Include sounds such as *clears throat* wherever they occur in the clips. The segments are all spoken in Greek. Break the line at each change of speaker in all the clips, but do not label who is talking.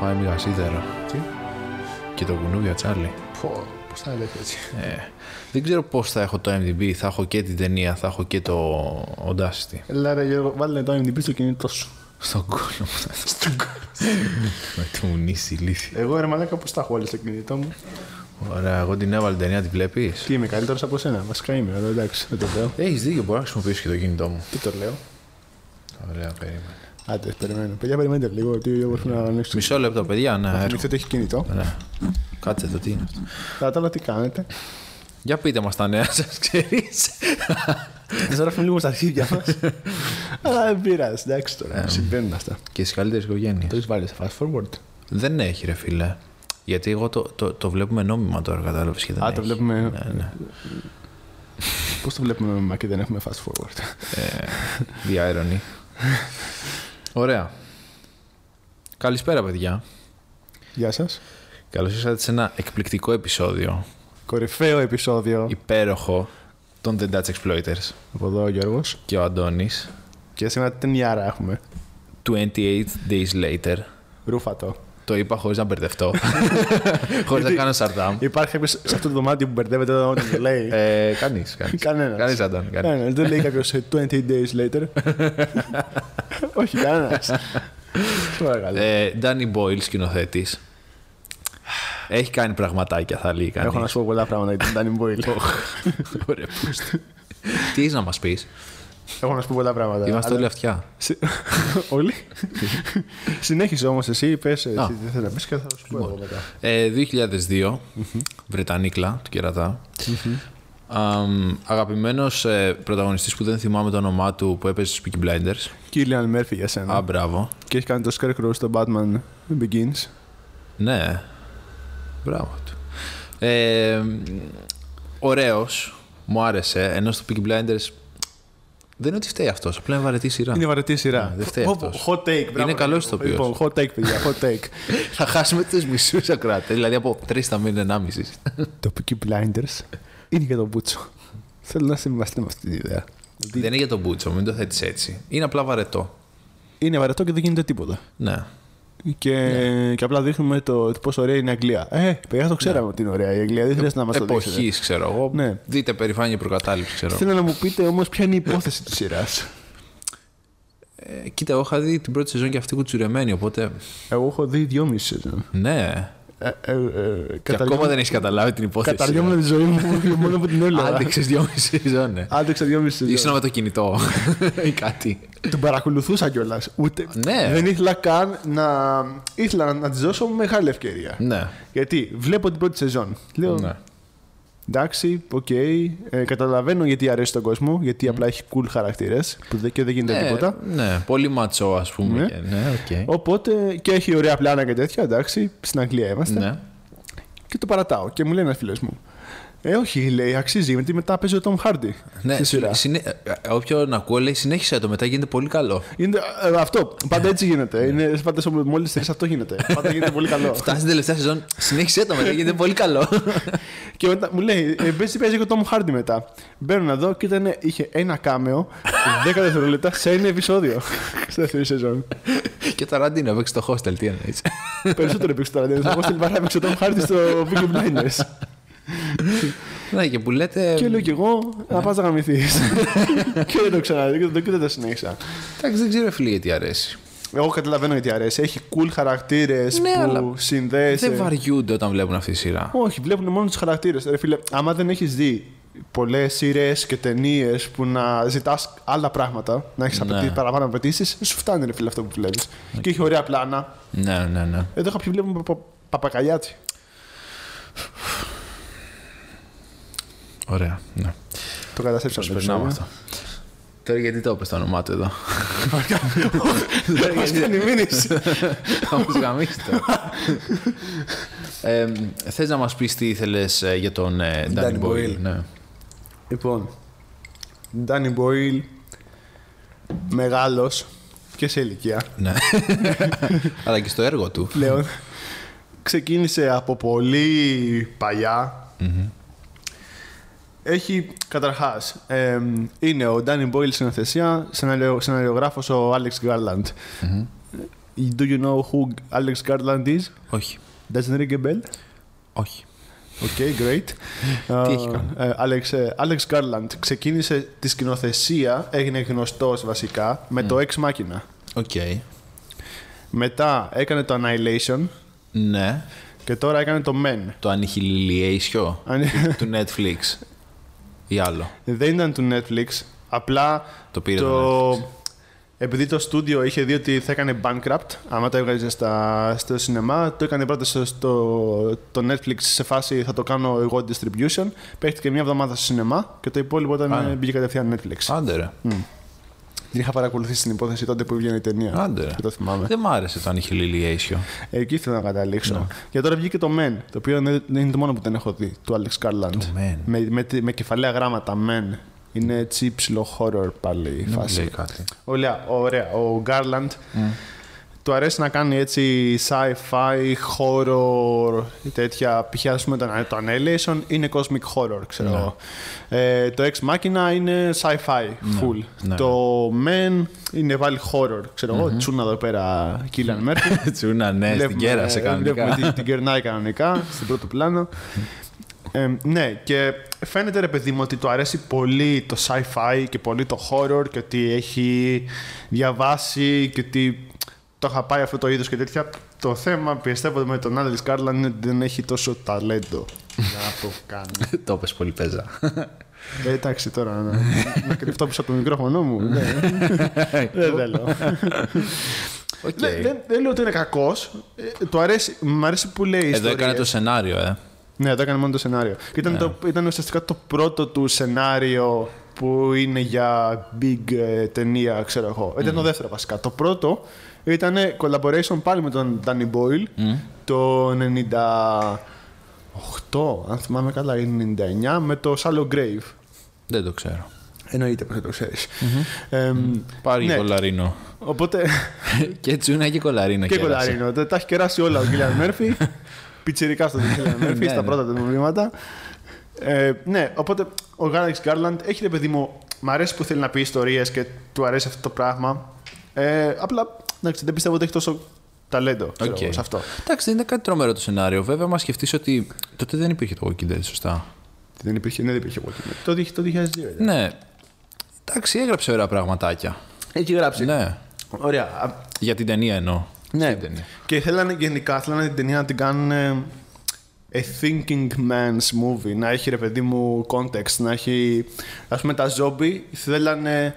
φάει λίγα σίδερα.
Τι,
Και το κουνούβια τσάλι.
πω, πώς θα λέγεται έτσι.
Ε, δεν ξέρω πώς θα έχω το MDB. Θα έχω και την ταινία, θα έχω και το Audacity.
Έλα ρε Γιώργο, βάλε το MDB στο κινητό σου.
Στον κόλλο μου θα Στον Με τη μουνίσει η λύθη.
Εγώ ρε μαλάκα πώς τα έχω βάλει στο κινητό μου.
Ωραία, εγώ την έβαλε την ταινία, τη βλέπεις.
Τι είμαι καλύτερος από σένα, βασικά είμαι, αλλά εντάξει, δεν το λέω.
Έχεις δίκιο, μπορώ να χρησιμοποιήσω και το κινητό μου.
Τι το λέω.
Ωραία, περίμενε.
Άντε, περιμένω. Παιδιά, περιμένετε λίγο, ότι ο Γιώργος πρέπει να ανοίξει.
Μισό λεπτό, παιδιά, να έρχομαι.
Ανοίξτε ότι έχει κινητό.
Ναι. Κάτσε εδώ, τι είναι αυτό.
Κατά τα άλλα, τι κάνετε.
Για πείτε μας τα νέα *laughs* σας, ξέρεις.
Σας γράφουμε λίγο στα αρχίδια μας. *laughs* Αλλά δεν πειράζει, εντάξει
Ε,
τώρα. Συμβαίνουν αυτά.
και στις καλύτερες οικογένειες.
Το έχεις βάλει σε fast forward.
Δεν έχει, ρε φίλε. Γιατί εγώ το, το, το βλέπουμε νόμιμα τώρα, κατάλαβες και δεν
Α,
έχει.
το βλέπουμε.
Ναι, ναι.
Πώς το βλέπουμε με και δεν έχουμε fast forward.
Ε, the irony. Ωραία. Καλησπέρα, παιδιά.
Γεια σας.
Καλώς ήρθατε σε ένα εκπληκτικό επεισόδιο,
Κορυφαίο επεισόδιο.
υπέροχο, των The Dutch Exploiters.
Από εδώ ο Γιώργος.
Και ο Αντώνης,
Και σήμερα την Ιάρα έχουμε.
28 Days Later.
Ρούφατο.
Το είπα χωρίς
*laughs*
να μπερδευτώ, χωρίς να
Γιατί-
κάνω σαρτάμ.
Υπάρχει κάποιος σε αυτό το δωμάτιο που μπερδεύεται όταν το λέει.
Ε, κανείς, κανείς.
Κανένας.
Κανείς, Αντώνη, κανείς.
Κανένας. Δεν λέει κάποιος 20 days
*laughs*
later. Όχι, κανένας.
Ε, Danny Boyle, σκηνοθέτης. Έχει κάνει πραγματάκια, θα λέει κανείς.
Έχω να σου πω πολλά πράγματα για τον Danny Boyle.
*laughs* Ωραία, πούστη. Τι έχεις να μας πεις.
Έχω να σου πω πολλά πράγματα. Ε,
Είμαστε
Αλλά-
όλοι αυτιά.
Συ- *laughs* Όλοι. Συνέχισε όμως εσύ, πες τι
Α.
θε να πει και θα σου πω εγώ μετά.
Ε, 2002, Βρετανίκλα του Κερατά. Αμ, αγαπημένος ε, πρωταγωνιστής που δεν θυμάμαι το όνομά του που έπαιζε στους Peaky Blinders.
Κίλιαν Μέρφυ για σένα.
Α, μπράβο.
Και έχει κάνει το Scarecrow στο Batman Begins.
Ναι. Μπράβο του. Ε, μ, ωραίος. Μου άρεσε. Ενώ στο Peaky Blinders δεν είναι ότι φταίει αυτός. Απλά είναι βαρετή σειρά.
Είναι βαρετή σειρά.
Ναι, δεν φταίει
Πω,
αυτός.
Hot take, μπράβο.
Είναι καλός ηθοποιός.
Λοιπόν, hot take, παιδιά, hot take.
*laughs* Θα χάσουμε τους μισούς ακράτε. Δηλαδή από τρεις θα μείνει ενάμισης.
το Peaky Blinders είναι για τον Μπούτσο. Θέλω να συμβαστείτε με αυτή την ιδέα.
δεν είναι για τον Μπούτσο. Μην το θέτεις έτσι. Είναι απλά βαρετό.
Είναι βαρετό και δεν γίνεται τίποτα.
Ναι.
Και, και απλά δείχνουμε το, το πόσο ωραία είναι η Αγγλία. Ε, παιδιά, το ξέραμε ότι είναι ωραία η Αγγλία. Δεν χρειάζεται να μας το δείξετε.
Εποχής, ξέρω εγώ.
Ναι.
Δείτε περηφάνεια προκατάληψη, ξέρω
Θέλω να μου πείτε όμως ποια είναι η υπόθεση της σειράς.
Ε, κοίτα, εγώ είχα δει την πρώτη σεζόν και αυτή κουτσουρεμένη, οπότε.
Εγώ έχω δει δυόμιση σεζόν.
Ναι.
Ε, ε, ε,
Και ακόμα δεν έχεις καταλάβει την υπόθεση.
Καταργιόμουν τη ζωή μου και μόνο από την έλεγα.
Άντεξες δυόμιση σεζόν, ναι.
Άντεξα δυόμιση σεζόν.
Ήσουν με το κινητό ή κάτι.
Την παρακολουθούσα κιόλας. Ούτε...
Ναι.
Δεν ήθελα καν να. ήθελα να της δώσω μεγάλη ευκαιρία.
Ναι.
Γιατί βλέπω την πρώτη σεζόν. Λέω.
ναι.
Εντάξει, οκ. ε, καταλαβαίνω γιατί αρέσει τον κόσμο. Γιατί απλά έχει cool χαρακτήρες που δεν, και δεν γίνεται
Ναι,
τίποτα.
ναι, πολύ ματσό, ας πούμε.
Ναι.
και- Ναι, οκ.
Οπότε και έχει ωραία πλάνα και τέτοια. Εντάξει, στην Αγγλία είμαστε.
Ναι.
Και το παρατάω. Και μου λέει ένας φίλος μου. Ε, όχι, λέει, αξίζει γιατί μετά παίζει ο Τόμ Χάρντι.
Ναι,
στη σειρά.
συνε... ε, όποιον ακούω λέει συνέχισε το μετά γίνεται πολύ καλό.
Είναι, ε, αυτό. Πάντα έτσι γίνεται. Είναι, πάντα μόλι τρει αυτό γίνεται. Πάντα γίνεται πολύ
*laughs*
καλό.
Φτάσει την τελευταία σεζόν, συνέχισε το
*laughs*
μετά γίνεται πολύ καλό. *laughs*
και μετά μου λέει, ε, παίζει, παίζει και ο Τόμ Χάρντι μετά. Μπαίνω να δω και ήταν, είχε ένα κάμεο 10 δευτερόλεπτα σε ένα επεισόδιο. *laughs* Στη δεύτερη σεζόν.
και τα ραντίνα, παίξει το hostel, τι
*laughs*
εννοείς.
Περισσότερο έπαιξε τώρα. Δεν θα πω στην παρά έπαιξε ο Τόμ Χάρντι στο Big Blinders.
ναι, και που λέτε.
και λέω κι εγώ, να πα να γαμηθείς. *laughs* και δεν το ξαναδεί και δεν το- και δεν το συνέχισα.
Εντάξει, δεν ξέρω φίλε γιατί αρέσει.
Εγώ καταλαβαίνω γιατί αρέσει. Έχει cool χαρακτήρες
Ναι,
που
αλλά
συνδέεσαι.
Δεν βαριούνται όταν βλέπουν αυτή τη σειρά.
Όχι, βλέπουν μόνο τους χαρακτήρες. Ρε φίλε, άμα δεν έχεις δει πολλές σειρές και ταινίες που να ζητάς άλλα πράγματα, να έχεις
Ναι.
παραπάνω απαιτήσεις, σου φτάνει ρε φίλε αυτό που βλέπεις. Και έχει ωραία πλάνα.
Ναι, ναι, ναι.
Εδώ κάποιοι βλέπουν πα- πα- παπακαλιάτσι.
Ωραία. Ναι.
Το καταστρέψαμε.
Σου περνάμε αυτό. Τώρα γιατί το είπες το όνομά του εδώ.
Μα κάνει μήνυση.
Θα μας γαμίσει τώρα. Ε, θες να μας πεις τι ήθελες ε, για τον ε, Danny
Danny
Boyle.
Boyle.
Ναι.
Λοιπόν, Danny Boyle, μεγάλος και σε ηλικία. *laughs*
ναι. Αλλά και στο έργο του.
πλέον. Ξεκίνησε από πολύ παλιά. Έχει, καταρχάς, εμ, είναι ο Ντάνι Μπόιλ στην αθεσία, σεναριο, σεναριογράφος ο Άλεξ Γκάρλαντ. Do you know who Alex Garland is?
Όχι.
Doesn't ring a bell?
Όχι.
Okay, great.
Τι έχει κάνει?
Ε, Alex, ε, Alex Garland ξεκίνησε τη σκηνοθεσία, έγινε γνωστός βασικά, με το Ex Machina.
Οκ.
Μετά έκανε το Annihilation
Ναι.
και τώρα έκανε το Men.
Το Annihilation
*laughs* Αν-
του Netflix. Ή άλλο.
Δεν ήταν του Netflix, απλά
Το πήρε το...
το... Επειδή το στούντιο είχε δει ότι θα έκανε bankrupt, άμα το έβγαζε στα, στο σινεμά, το έκανε πρώτα στο, στο- το Netflix σε φάση θα το κάνω εγώ distribution. Παίχτηκε μια εβδομάδα στο σινεμά και το υπόλοιπο ήταν
Α.
ε, μπήκε κατευθείαν Netflix.
Άντε ρε.
Την είχα παρακολουθήσει την υπόθεση τότε που βγαίνει η ταινία.
Άντε Ναι. ρε.
Και το θυμάμαι.
Δεν μ' άρεσε το Annihilation.
Εκεί ήθελα να καταλήξω.
Ναι.
Και τώρα βγήκε το Men, το οποίο δεν δεν είναι το μόνο που δεν έχω δει, του Alex Garland.
Men.
Με, με, με κεφαλαία γράμματα, Men. Είναι έτσι υψηλό horror πάλι η
Δεν μου
φάση.
λέει κάτι.
Ωραία, ωραία. Ο Garland του αρέσει να κάνει έτσι sci-fi, horror, τέτοια. Π.χ. ας πούμε, το, το Annihilation είναι cosmic horror,
Ναι.
ξέρω. εγώ. Ε, το Ex Machina είναι sci-fi, full.
Ναι.
Το Men είναι πάλι horror, ξέρω εγώ. Τσούνα εδώ πέρα, Killian Murphy.
Τσούνα, ναι, στην
Βλέπουμε- ε,
κέρασε
Βλέπουμε
κανονικά.
την, την κερνάει κανονικά, στην πρώτο πλάνο. Ε, ναι, και φαίνεται ρε παιδί μου ότι του αρέσει πολύ το sci-fi και πολύ το horror και ότι έχει διαβάσει και ότι το είχα πάει αυτό το είδος και τέτοια. Το θέμα πιστεύω με τον Άλεξ Κάρλαν είναι ότι δεν έχει τόσο ταλέντο για να το κάνει.
*laughs* Το είπες πολύ παίζα.
*laughs* Ε, εντάξει τώρα να, να κρυφτώ πίσω από το μικρόφωνο μου. ναι. δεν
*laughs*
θέλω. Ναι,
Οκ.
Δεν, δεν, δεν λέω ότι είναι κακός. του αρέσει, μ' αρέσει που λέει.
Εδώ
ιστορίες.
έκανε το σενάριο, ε.
Ναι, το έκανε μόνο το σενάριο. Και Ήταν, το, ήταν ουσιαστικά το πρώτο του σενάριο που είναι για big ε, ταινία, ξέρω εγώ. Ε, Ήταν το δεύτερο βασικά. Το πρώτο ήταν collaboration πάλι με τον Danny Boyle το 98, αν θυμάμαι καλά, ή 99, με το Shallow Grave.
Δεν το ξέρω.
Εννοείται πως δεν το ξέρεις. Εμ,
Πάρει
Ναι.
κολαρίνο.
Οπότε
*laughs* και τσούνα και κολαρίνο.
και
κέρασε.
κολαρίνο. Τα τα έχει κεράσει όλα ο
*laughs*
Κίλιαν Μέρφυ. Πιτσιρικά στον Κίλιαν Μέρφυ,
Ναι,
στα
ναι.
πρώτα του βήματα. Ε, ναι, οπότε ο Γκάλεξ Γκάρλαντ έχει ρε παιδί μου. Μ' αρέσει που θέλει να πει ιστορίες και του αρέσει αυτό το πράγμα. Ε, απλά εντάξει, δεν πιστεύω ότι έχει τόσο ταλέντο ξέρω
Οκ.
εγώ, σε αυτό.
Εντάξει, δεν είναι κάτι τρομερό το σενάριο. Βέβαια, μα σκεφτείς ότι τότε δεν υπήρχε το Walking Dead, σωστά.
Δεν υπήρχε, ναι, δεν υπήρχε εγώ. Το, δι- το 2002 ήταν.
Ναι. Εντάξει, έγραψε ωραία πραγματάκια.
Έχει γράψει.
Ναι.
Ωραία. Α,
Για την ταινία εννοώ.
Ναι.
Στην ταινία.
Και θέλανε γενικά θέλανε την ταινία να την κάνουν ε, a thinking man's movie. Να έχει ρε παιδί μου context, να έχει. Ας πούμε τα zombie θέλανε.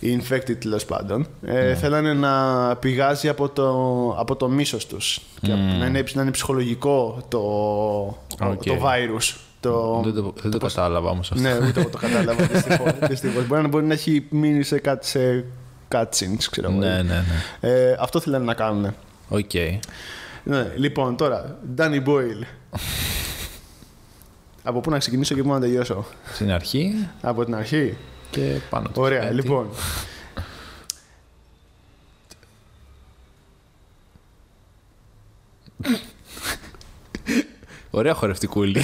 Οι infected τέλος πάντων. Ε,
Ναι.
Θέλανε να πηγάζει από το, από το μίσος τους.
Mm.
Να, είναι, να είναι ψυχολογικό το,
Οκ.
το virus. Το,
Δεν το, δεν το κατάλαβα όμως αυτό.
ναι, ούτε εγώ το κατάλαβα.
*laughs*
δυστυχώς- δυστυχώς. Μπορεί να, μπορεί να έχει μείνει σε κάτι σε cutscenes, ξέρω εγώ.
Ναι, ναι, ναι.
Ε, αυτό θέλανε να κάνουν.
Οκ.
Ναι, λοιπόν, τώρα, Danny Boyle. Από πού να ξεκινήσω και πού να τελειώσω.
Στην αρχή
Από την αρχή.
και πάνω το
Ωραία,
σκέτη.
λοιπόν.
Ωραία *laughs* χορευτικούλη.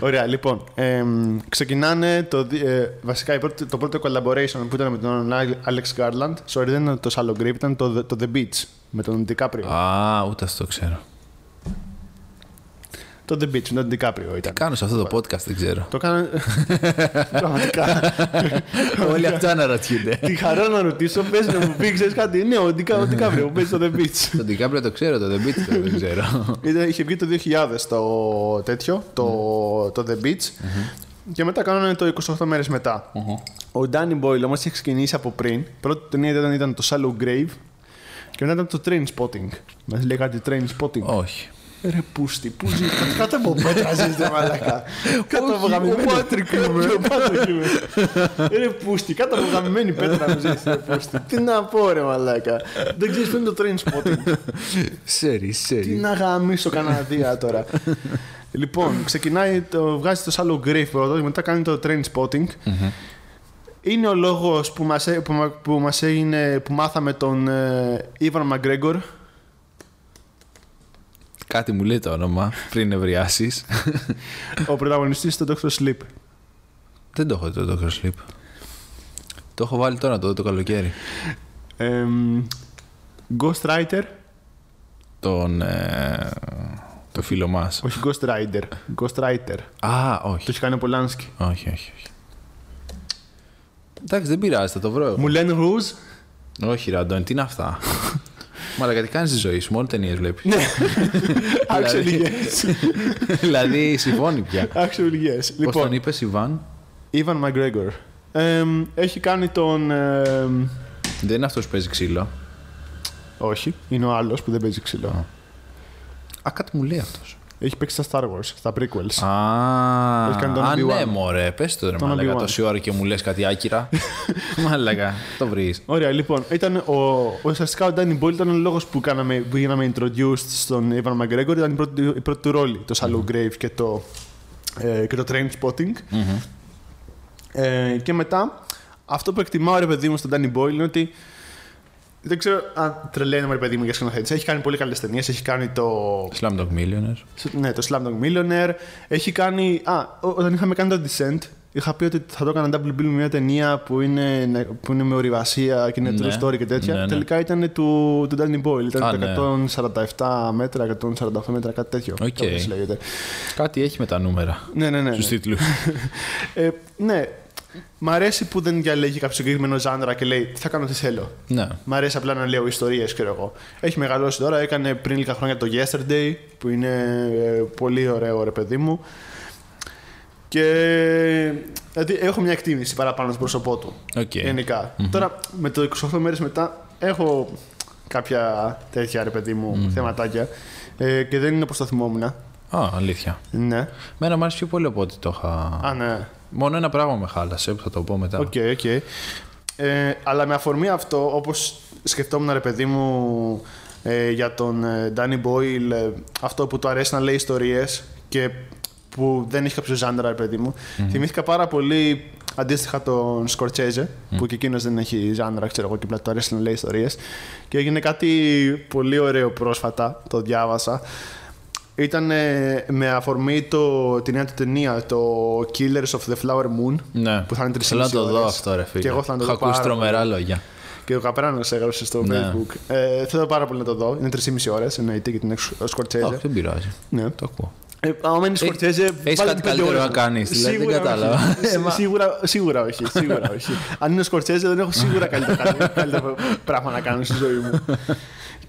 Ωραία, λοιπόν. εμ, ξεκινάνε το, δι- ε, βασικά η πρώτη- το πρώτο collaboration που ήταν με τον Alex Garland. Sorry, δεν ήταν το Shallow Grave, ήταν το, το The Beach με τον DiCaprio.
Α, ούτε αυτό το ξέρω.
Το The Beach με τον DiCaprio ήταν.
Κάνω σε αυτό το podcast, δεν *laughs* ξέρω.
Το κάνανε. Πραγματικά.
Όλοι αυτά αναρωτιούνται. *laughs*
Τη χαρά να ρωτήσω, πες να μου πει, ξέρεις κάτι. Ναι, ο Ντι- ο DiCaprio που παίζει στο The Beach.
Τον Τικάπριο το ξέρω, το δεν πείτε, δεν ξέρω.
Ήταν- Είχε βγει το 2000 το τέτοιο, το, το The Beach. Και μετά κάνανε το 28 μέρες μετά. Ο Danny Boyle όμως είχε ξεκινήσει από πριν. Πρώτη ταινία ήταν, ήταν το Shallow Grave. Και μετά ήταν το Train Spotting. Μας λέει κάτι Train Spotting.
*laughs* Όχι.
Ε, Ρε πούστη, πού ζει. Κάτω από πέτρα ζεις ρε μαλακά. Κάτω από
ο
γαμημένη.
Πάτρικ είμαι.
Ο Πάτρικ είμαι. Ρε πούστη, κάτω από γαμημένη πέτρα μου ζεις ρε πούστη. Τι να πω ρε μαλακά. Δεν ξέρεις ποιο είναι το Train Spotting.
Σέρι,
Τι
σέρι.
να γαμίσω Καναδία
*laughs*
τώρα. λοιπόν, ξεκινάει, το, βγάζει το Shallow Grave πρώτο, μετά κάνει το Train Spotting.
Mm-hmm.
Είναι ο λόγος που μας, έ- που, μα- που μας έγινε, που μάθαμε τον ε, Ιβαν Μαγκρέγκορ.
Κάτι μου λέει το όνομα πριν ευριάσει.
ο πρωταγωνιστής του Doctor Sleep.
δεν το έχω δει το Doctor Sleep. Το έχω βάλει τώρα το, το καλοκαίρι.
Εμ, Ghost Rider.
Τον. ε, το φίλο μας.
Όχι Ghost Rider. Ghost Rider.
Α,
Το
όχι.
έχει κάνει ο Πολάνσκι.
Όχι, όχι, όχι. Εντάξει, δεν πειράζει, θα το βρω. εγώ.
Μου λένε Ρουζ.
*laughs* Όχι, ρε Αντώνη, τι είναι
*laughs*
αυτά. Μα αλλά τι κάνει τη ζωή σου, μόνο ταινίες βλέπεις.
Actually
Δηλαδή-
yes.
*laughs* δηλαδή, συμφώνει πια.
Actually yes.
Πώ
Λοιπόν,
τον είπες, Ιβάν,
Ιβαν Μαγκρέγκορ. Εμ, Έχει κάνει τον. εμ,
δεν είναι αυτός που παίζει ξύλο.
Όχι, είναι ο άλλος που δεν παίζει ξύλο.
Α, κάτι μου λέει αυτός.
Έχει παίξει στα Star Wars, στα prequels.
Α,
Έχει κάνει τον
α,
Obi-Wan.
ναι, μωρέ, πες το ρε
Τον
μαλακά
Obi-Wan.
τόση ώρα και μου λες κάτι
*laughs*
άκυρα. μαλακά, το βρεις.
Ωραία, λοιπόν, ήταν ο, ο- ουσιαστικά ο Danny Boyle ήταν ο λόγος που, κάναμε, που γίναμε introduced στον Ivan McGregor. Ήταν η πρώτη, η πρώτη του ρόλη, το Shallow Grave και το, ε, και το Train Spotting. Ε, και μετά, αυτό που εκτιμάω ρε παιδί μου στον Danny Boyle είναι ότι. Δεν ξέρω αν τρελαίνομαι ρε παιδί μου για σκηνοθέτηση. Έχει κάνει πολύ καλές ταινίες. Έχει κάνει το.
Slam Dog Millionaire.
Ναι, το Slamdog Millionaire. Έχει κάνει. Α, ό- όταν είχαμε κάνει το Descent, είχα πει ότι θα το έκανα double bill με μια ταινία που είναι, που είναι με ορειβασία και είναι
Ναι.
true story και τέτοια.
Ναι, ναι.
Τελικά ήταν του, του Danny Boyle. Ήταν
Α,
τα
ναι.
147 μέτρα, 148 μέτρα, κάτι τέτοιο.
Οκ.
κάπως έτσι λέγεται.
Κάτι έχει με τα νούμερα.
Ναι, ναι, ναι. ναι.
Στου τίτλους.
Ε, ναι. Μ' αρέσει που δεν διαλέγει κάποιο συγκεκριμένο ζάντρα και λέει Τι θα κάνω, τι θέλω.
*laughs* ναι.
Μ' αρέσει απλά να λέω ιστορίες, ξέρω εγώ. Έχει μεγαλώσει τώρα, έκανε πριν λίγα χρόνια το Yesterday, που είναι ε, πολύ ωραίο ρε παιδί μου. Και δηλαδή, έχω μια εκτίμηση παραπάνω στο πρόσωπό του.
Οκ.
γενικα Τώρα, με το 28 μέρε μετά, έχω κάποια τέτοια ρε παιδί μου θεματάκια. Ε, και δεν είναι όπως το θυμόμουν.
Α, αλήθεια.
Ναι.
Μένα μου άρεσε πιο πολύ από ό,τι το είχα.
Α, ναι.
Μόνο ένα πράγμα με χάλασε που θα το πω μετά.
Οκ, οκ. Ε, αλλά με αφορμή αυτό, όπως σκεφτόμουν, ρε παιδί μου, ε, για τον ε, Danny Boyle, ε, αυτό που του αρέσει να λέει ιστορίες και που δεν έχει κάποιο ζάντρα, ρε παιδί μου. Θυμήθηκα πάρα πολύ αντίστοιχα τον Σκορτσέζε, που και εκείνος δεν έχει ζάντρα, ξέρω εγώ, και απλά του αρέσει να λέει ιστορίες. Και έγινε κάτι πολύ ωραίο πρόσφατα, το διάβασα. Ήταν ε, με αφορμή το, την νέα του ταινία, το Killers of the Flower Moon,
Ναι.
που θα είναι
Θέλω να
3,5
το δω
ώρες.
αυτό, ρε φίλε.
Και εγώ θέλω να το
Έχω
δω πάρα
ακούσει
πολύ.
τρομερά λόγια.
Και ο Καπράνος έγραψε στο
Ναι.
Facebook. Ε, θέλω πάρα πολύ να το δω. Είναι 3,5 ώρες, εννοείται, για την Σκο-
Όχι,
Σκορτσέζε.
δεν πειράζει.
Ναι.
Το ακούω.
Ε, άμα είναι Σκορτσέζε.
έχεις
βάλε
κάτι
πέντε
καλύτερο
ώρες.
να κάνεις, δηλαδή, δεν
Σίγουρα όχι.
κατάλαβα.
Σί-
Ε, μα-
Σίγουρα, σίγουρα όχι. Σίγουρα όχι. Αν είναι Σκορτσέζε, δεν έχω σίγουρα καλύτερα, καλύτερα πράγμα να κάνω στη ζωή μου.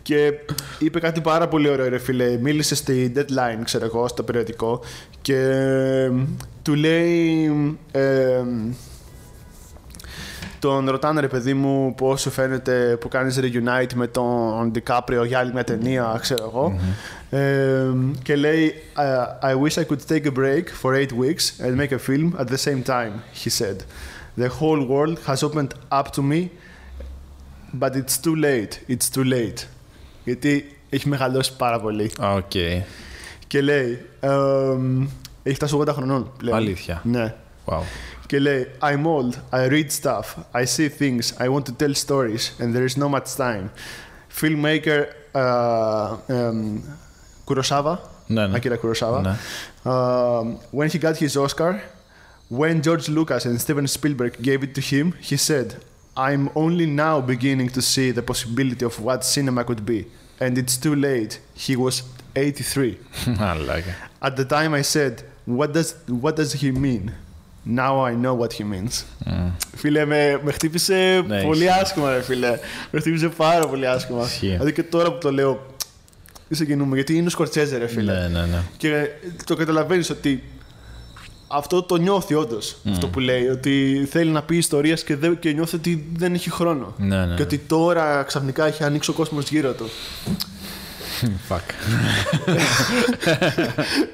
Και είπε κάτι πάρα πολύ ωραίο, ρε φίλε. Μίλησε στη deadline, ξέρω εγώ, στο περιοδικό. Και ε, του λέει. ε, τον ρωτάνε ρε παιδί μου πώ σου φαίνεται που κάνεις reunite με τον DiCaprio για άλλη μια ταινία, ξέρω εγώ. Ε, και λέει ε, I, I wish I could take a break for eight weeks and make a film at the same time, he said. The whole world has opened up to me, but it's too late, it's too late. Γιατί έχει μεγαλώσει πάρα πολύ.
Α, Οκ.
Και λέει, εμ, έχει φτάσει 80 χρονών πλέον.
Αλήθεια.
Ναι.
Wow. *laughs*
Και λέει, I'm old, I read stuff, I see things, I want to tell stories, and there is no much time. Filmmaker uh, um, Kurosawa,
Ναι, ναι.
Akira Kurosawa,
Ναι.
um, when he got his Oscar, when George Lucas and Steven Spielberg gave it to him, he said, I'm only now beginning to see the possibility of what cinema could be. And it's too late. He was 83.
Μαλάκα.
At the time I said, what does, what does he mean? Now I know what he means. Φίλε, με, με χτύπησε
Mm. Ναι,
πολύ
ισχύει.
άσχημα, ρε φίλε. Με χτύπησε πάρα πολύ άσχημα.
Ισχύει.
Δηλαδή και τώρα που το λέω, ξεκινούμε, γιατί είναι ο Σκορτσέζε, ρε φίλε.
Ναι, ναι, ναι.
Και το καταλαβαίνει ότι αυτό το νιώθει όντω.
Mm.
Αυτό που λέει. Ότι θέλει να πει ιστορίε και, δεν- και νιώθει ότι δεν έχει χρόνο.
Ναι, ναι.
Και ότι τώρα ξαφνικά έχει ανοίξει ο κόσμο γύρω του.
Fuck.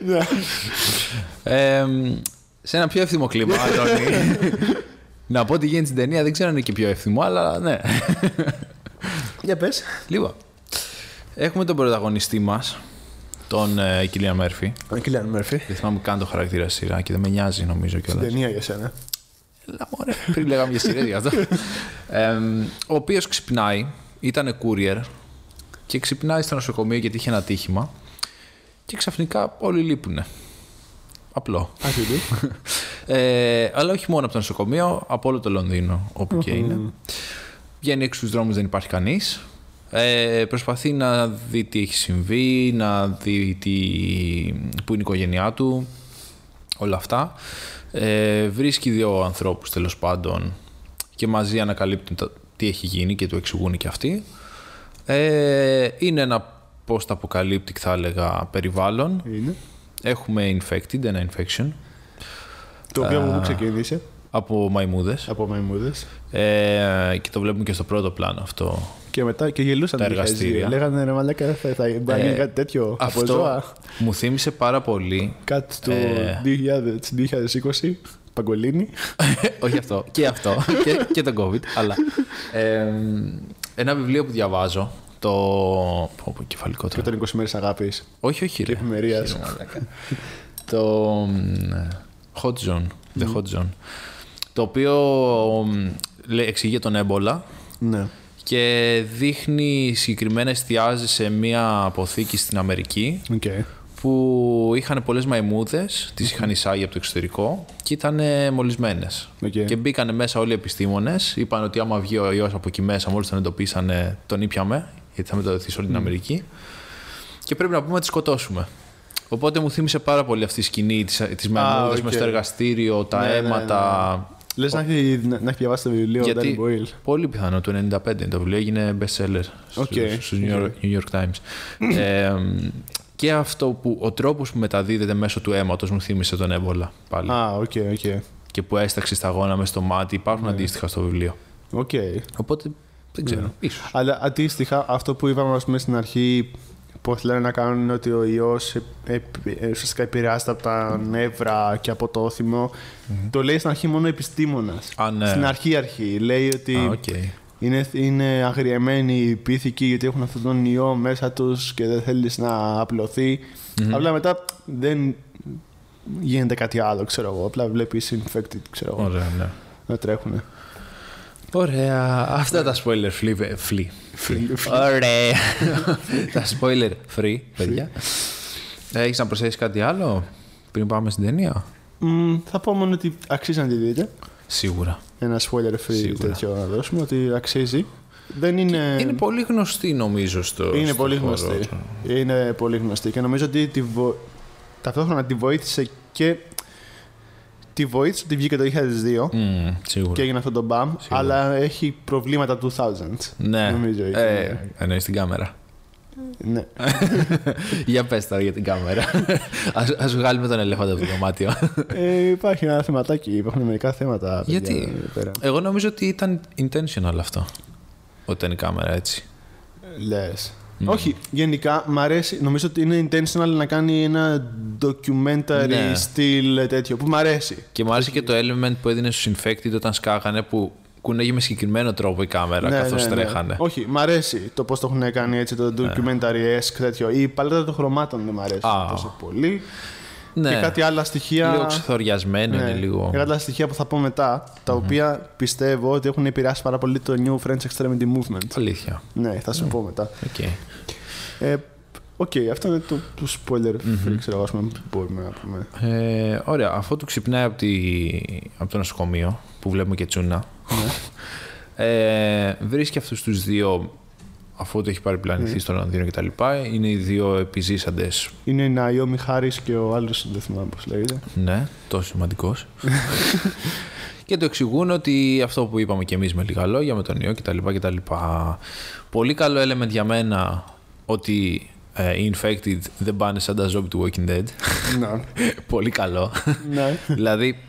Ναι.
Ε, σε ένα πιο εύθυμο κλίμα,
Ναι.
Αντώνη. να πω ότι γίνεται στην ταινία, δεν ξέρω αν είναι και πιο εύθυμο, αλλά ναι.
Για πες.
λοιπόν, έχουμε τον πρωταγωνιστή μας, τον ε, Κιλία Μέρφυ.
Ο Κιλιάν Μέρφυ.
Δεν θυμάμαι καν το χαρακτήρα στη σειράς και δεν με νοιάζει νομίζω κιόλας.
Ταινία για σένα.
Έλα μωρέ, πριν λέγαμε για σειρές γι' αυτό. Εμ, ο οποίος ξυπνάει, ήταν courier και ξυπνάει στο νοσοκομείο γιατί είχε ένα ατύχημα και ξαφνικά όλοι λείπουνε. Απλό. Ε, αλλά όχι μόνο από το νοσοκομείο, από όλο το Λονδίνο, όπου και είναι. Βγαίνει έξω στους δρόμους, δεν υπάρχει κανείς. Ε, προσπαθεί να δει τι έχει συμβεί, να δει τι, που είναι η οικογένειά του, όλα αυτά. Ε, βρίσκει δύο ανθρώπους τέλος πάντων και μαζί ανακαλύπτουν τα, τι έχει γίνει και του εξηγούν και αυτοί. Ε, είναι ένα post-apocalyptic θα έλεγα περιβάλλον.
Είναι.
Έχουμε infected, ένα infection
Το οποίο από πού ξεκίνησε,
από μαϊμούδες.
από μαϊμούδες.
Ε, και το βλέπουμε και στο πρώτο πλάνο αυτό.
Και μετά και γελούσαν
Τα
οι χαζοί.
εργαστήρια. Ε,
Λέγανε ρε μαλάκα, θα, θα θα γίνει κάτι τέτοιο από ζώα.
μου θύμισε πάρα πολύ. *laughs*
Κάτι του
Ε.
2000 της 2020, Παγκολίνη.
Όχι αυτό,
*laughs*
και αυτό, και, και τον COVID, αλλά ε, ένα βιβλίο που διαβάζω, το... Πω, πω, κεφαλικό
Και
τώρα.
ήταν 20 μέρες αγάπης.
Όχι, όχι ρε.
Εφημερίας.
Χαίρομαι, μαλάκα. το μ, Hot Zone, The Hot Zone, το οποίο μ, λέει- εξηγεί τον έμπολα
Ναι.
και δείχνει συγκεκριμένα εστιάζει σε μία αποθήκη στην Αμερική
Οκ.
που είχαν πολλές μαϊμούδες, τις είχαν εισάγει από το εξωτερικό και ήταν μολυσμένες.
Οκ.
Και μπήκαν μέσα όλοι οι επιστήμονες, είπαν ότι άμα βγει ο ιός από εκεί μέσα, μόλις τον εντοπίσανε, τον ήπιαμε, γιατί θα μεταδοθείς σε όλη την Αμερική. Και πρέπει να πούμε να τη σκοτώσουμε. Οπότε μου θύμισε πάρα πολύ αυτή η σκηνή της, της μαϊμούδας
οκ.
μες στο εργαστήριο, τα
Ναι, ναι, ναι,
αίματα.
Λες να έχει, να, να έχει διαβάσει το βιβλίο ο Danny
Γιατί
Boyle.
πολύ πιθανό το 95 το βιβλίο έγινε best seller στους,
Οκ.
στους New, York, New York Times. ε, και αυτό που ο τρόπος που μεταδίδεται μέσω του αίματος μου θύμισε τον έμπολα πάλι.
Α, οκ, οκ.
Και που έσταξε στα γόνα μες στο μάτι. Υπάρχουν
Ναι.
αντίστοιχα στο βιβλίο.
Οκ.
Οπότε δεν ξέρω.
Ναι.
Ίσως.
Αλλά αντίστοιχα, αυτό που είπαμε ας πούμε, στην αρχή, πώ λένε να κάνουν ότι ο ιός ε, ουσιαστικά επηρεάζεται από τα νεύρα και από το οθυμό. Το λέει στην αρχή μόνο ο επιστήμονας.
Α, ναι.
Στην αρχή αρχή. Λέει ότι
Α, οκ.
είναι, είναι αγριεμένοι οι πίθηκοι γιατί έχουν αυτόν τον ιό μέσα τους και δεν θέλει να απλωθει Απλά μετά δεν γίνεται κάτι άλλο, ξέρω εγώ. Απλά βλέπει infected, ξέρω εγώ,
Ωραία, ναι.
να τρέχουν.
Ωραία. Αυτά τα spoiler free. βε- free.
Free. *laughs*
Ωραία. τα spoiler free, παιδιά. Έχεις να προσθέσεις κάτι άλλο πριν πάμε στην ταινία.
θα πω μόνο ότι αξίζει να τη δείτε.
Σίγουρα.
ένα spoiler free
Σίγουρα.
τέτοιο να δώσουμε ότι αξίζει. Δεν είναι.
Είναι πολύ γνωστή νομίζω στο.
είναι
στο
πολύ
χώρο.
γνωστή. Είναι πολύ γνωστή. Και νομίζω ότι τη βο... ταυτόχρονα τη βοήθησε και. Τη βοήθησε ότι βγήκε το 2002
Μμμ, Ναι. σίγουρα.
και έγινε αυτό το BAM, αλλά έχει προβλήματα 2000.
Ναι.
Νομίζω ήταν.
Ε, εννοείς την κάμερα. *laughs*
Ναι.
για πες τώρα για την
*laughs*
κάμερα. ας, ας βγάλουμε τον ελέφαντα από το δωμάτιο. *laughs*
ε, υπάρχει ένα θεματάκι, υπάρχουν μερικά θέματα. παιδιά,
Γιατί?
εδώ πέρα.
Εγώ νομίζω ότι ήταν intentional αυτό. Ότι ήταν η κάμερα έτσι.
Λες.
Ναι.
Όχι, γενικά μ' αρέσει. Νομίζω ότι είναι intentional να κάνει ένα documentary
Ναι.
στυλ τέτοιο που μ' αρέσει.
Και μου άρεσε και το element που έδινε στους infected όταν σκάγανε που κουνέγει με συγκεκριμένο τρόπο η κάμερα
Ναι,
καθώς τρέχανε.
Όχι, μ' αρέσει το πώς το έχουν κάνει έτσι
Ναι.
το documentary-esque τέτοιο. Η παλέτα των χρωμάτων δεν μ' αρέσει
Α.
τόσο πολύ.
Ναι.
Και κάτι άλλα στοιχεία.
Λίγο ξεθοριασμένο
ναι,
είναι λίγο.
και Κάτι άλλα στοιχεία που θα πω μετά, τα οποία πιστεύω ότι έχουν επηρεάσει πάρα πολύ το New French Extremity Movement.
Αλήθεια.
Ναι, θα σου πω μετά.
Οκ.
Ε, Οκ, αυτό είναι το, το spoiler free, ξέρω εγώ, ας πούμε, που μπορούμε να πούμε.
Ε, ωραία, αφού του ξυπνάει από, τη, από το νοσοκομείο που βλέπουμε και τσούνα. ε, βρίσκει αυτούς τους δύο αφού το έχει παρεπλανηθεί στον Λονδίνο κτλ. Είναι οι δύο επιζήσαντες.
Είναι η Ναϊόμι Χάρη και ο άλλος, δεν θυμάμαι πώς λέγεται.
Ναι, τόσο σημαντικός. και το εξηγούν ότι αυτό που είπαμε και εμείς με λίγα λόγια, με τον ιό κτλ. κτλ. Πολύ καλό element για μένα ότι ε, οι infected δεν πάνε σαν τα zombie του Walking Dead.
Να.
Πολύ καλό.
Ναι.
δηλαδή,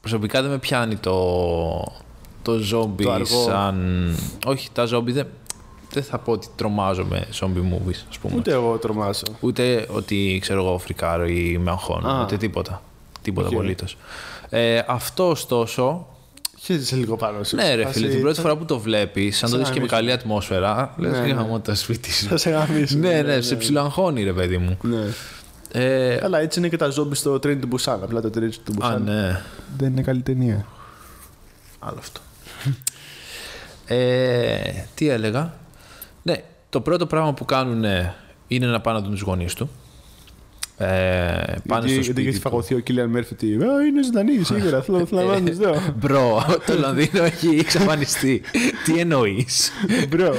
προσωπικά δεν με πιάνει το, το ζόμπι
Το αργό.
σαν... Όχι, τα ζόμπι δεν, δεν θα πω ότι τρομάζομαι zombie movies, ας πούμε. Ούτε,
Ούτε εγώ τρομάζω.
ότι, ξέρω εγώ, φρικάρω ή με αγχώνω,
Α.
ούτε τίποτα. Τίποτα
Οκ.
απολύτως. Ε, αυτό, ωστόσο,
Χαίρεσαι λίγο πάνω σου.
ναι ρε
Θα
φίλε,
σε-
την πρώτη φορά που το βλέπεις, αν το δεις και με καλή ατμόσφαιρα, λες
Ναι, ναι.
γάμο το σπίτι σου.
Θα σε γαμίσω.
Ναι, ναι, σε ψιλοαγχώνει ρε παιδί μου.
Ναι.
Ε,
Καλά, έτσι είναι και τα ζόμπι στο Train to Busan. Απλά το Train to
α,
Busan
ναι.
δεν είναι καλή ταινία.
Άλλο αυτό. ε, τι έλεγα. Ναι, το πρώτο πράγμα που κάνουν είναι να πάνε να δουν τους γονείς του. Ε, πάνε
γιατί,
στο
γιατί
σπίτι
έχει
του. Ε,
φαγωθεί ο Κίλιαν Μέρφυ ότι «Α, είναι ζωντανή,
*laughs*
σίγουρα. Θέλω θέλω να τους δω.
Μπρο, το Λονδίνο έχει εξαφανιστεί. Τι εννοείς.
Μπρο.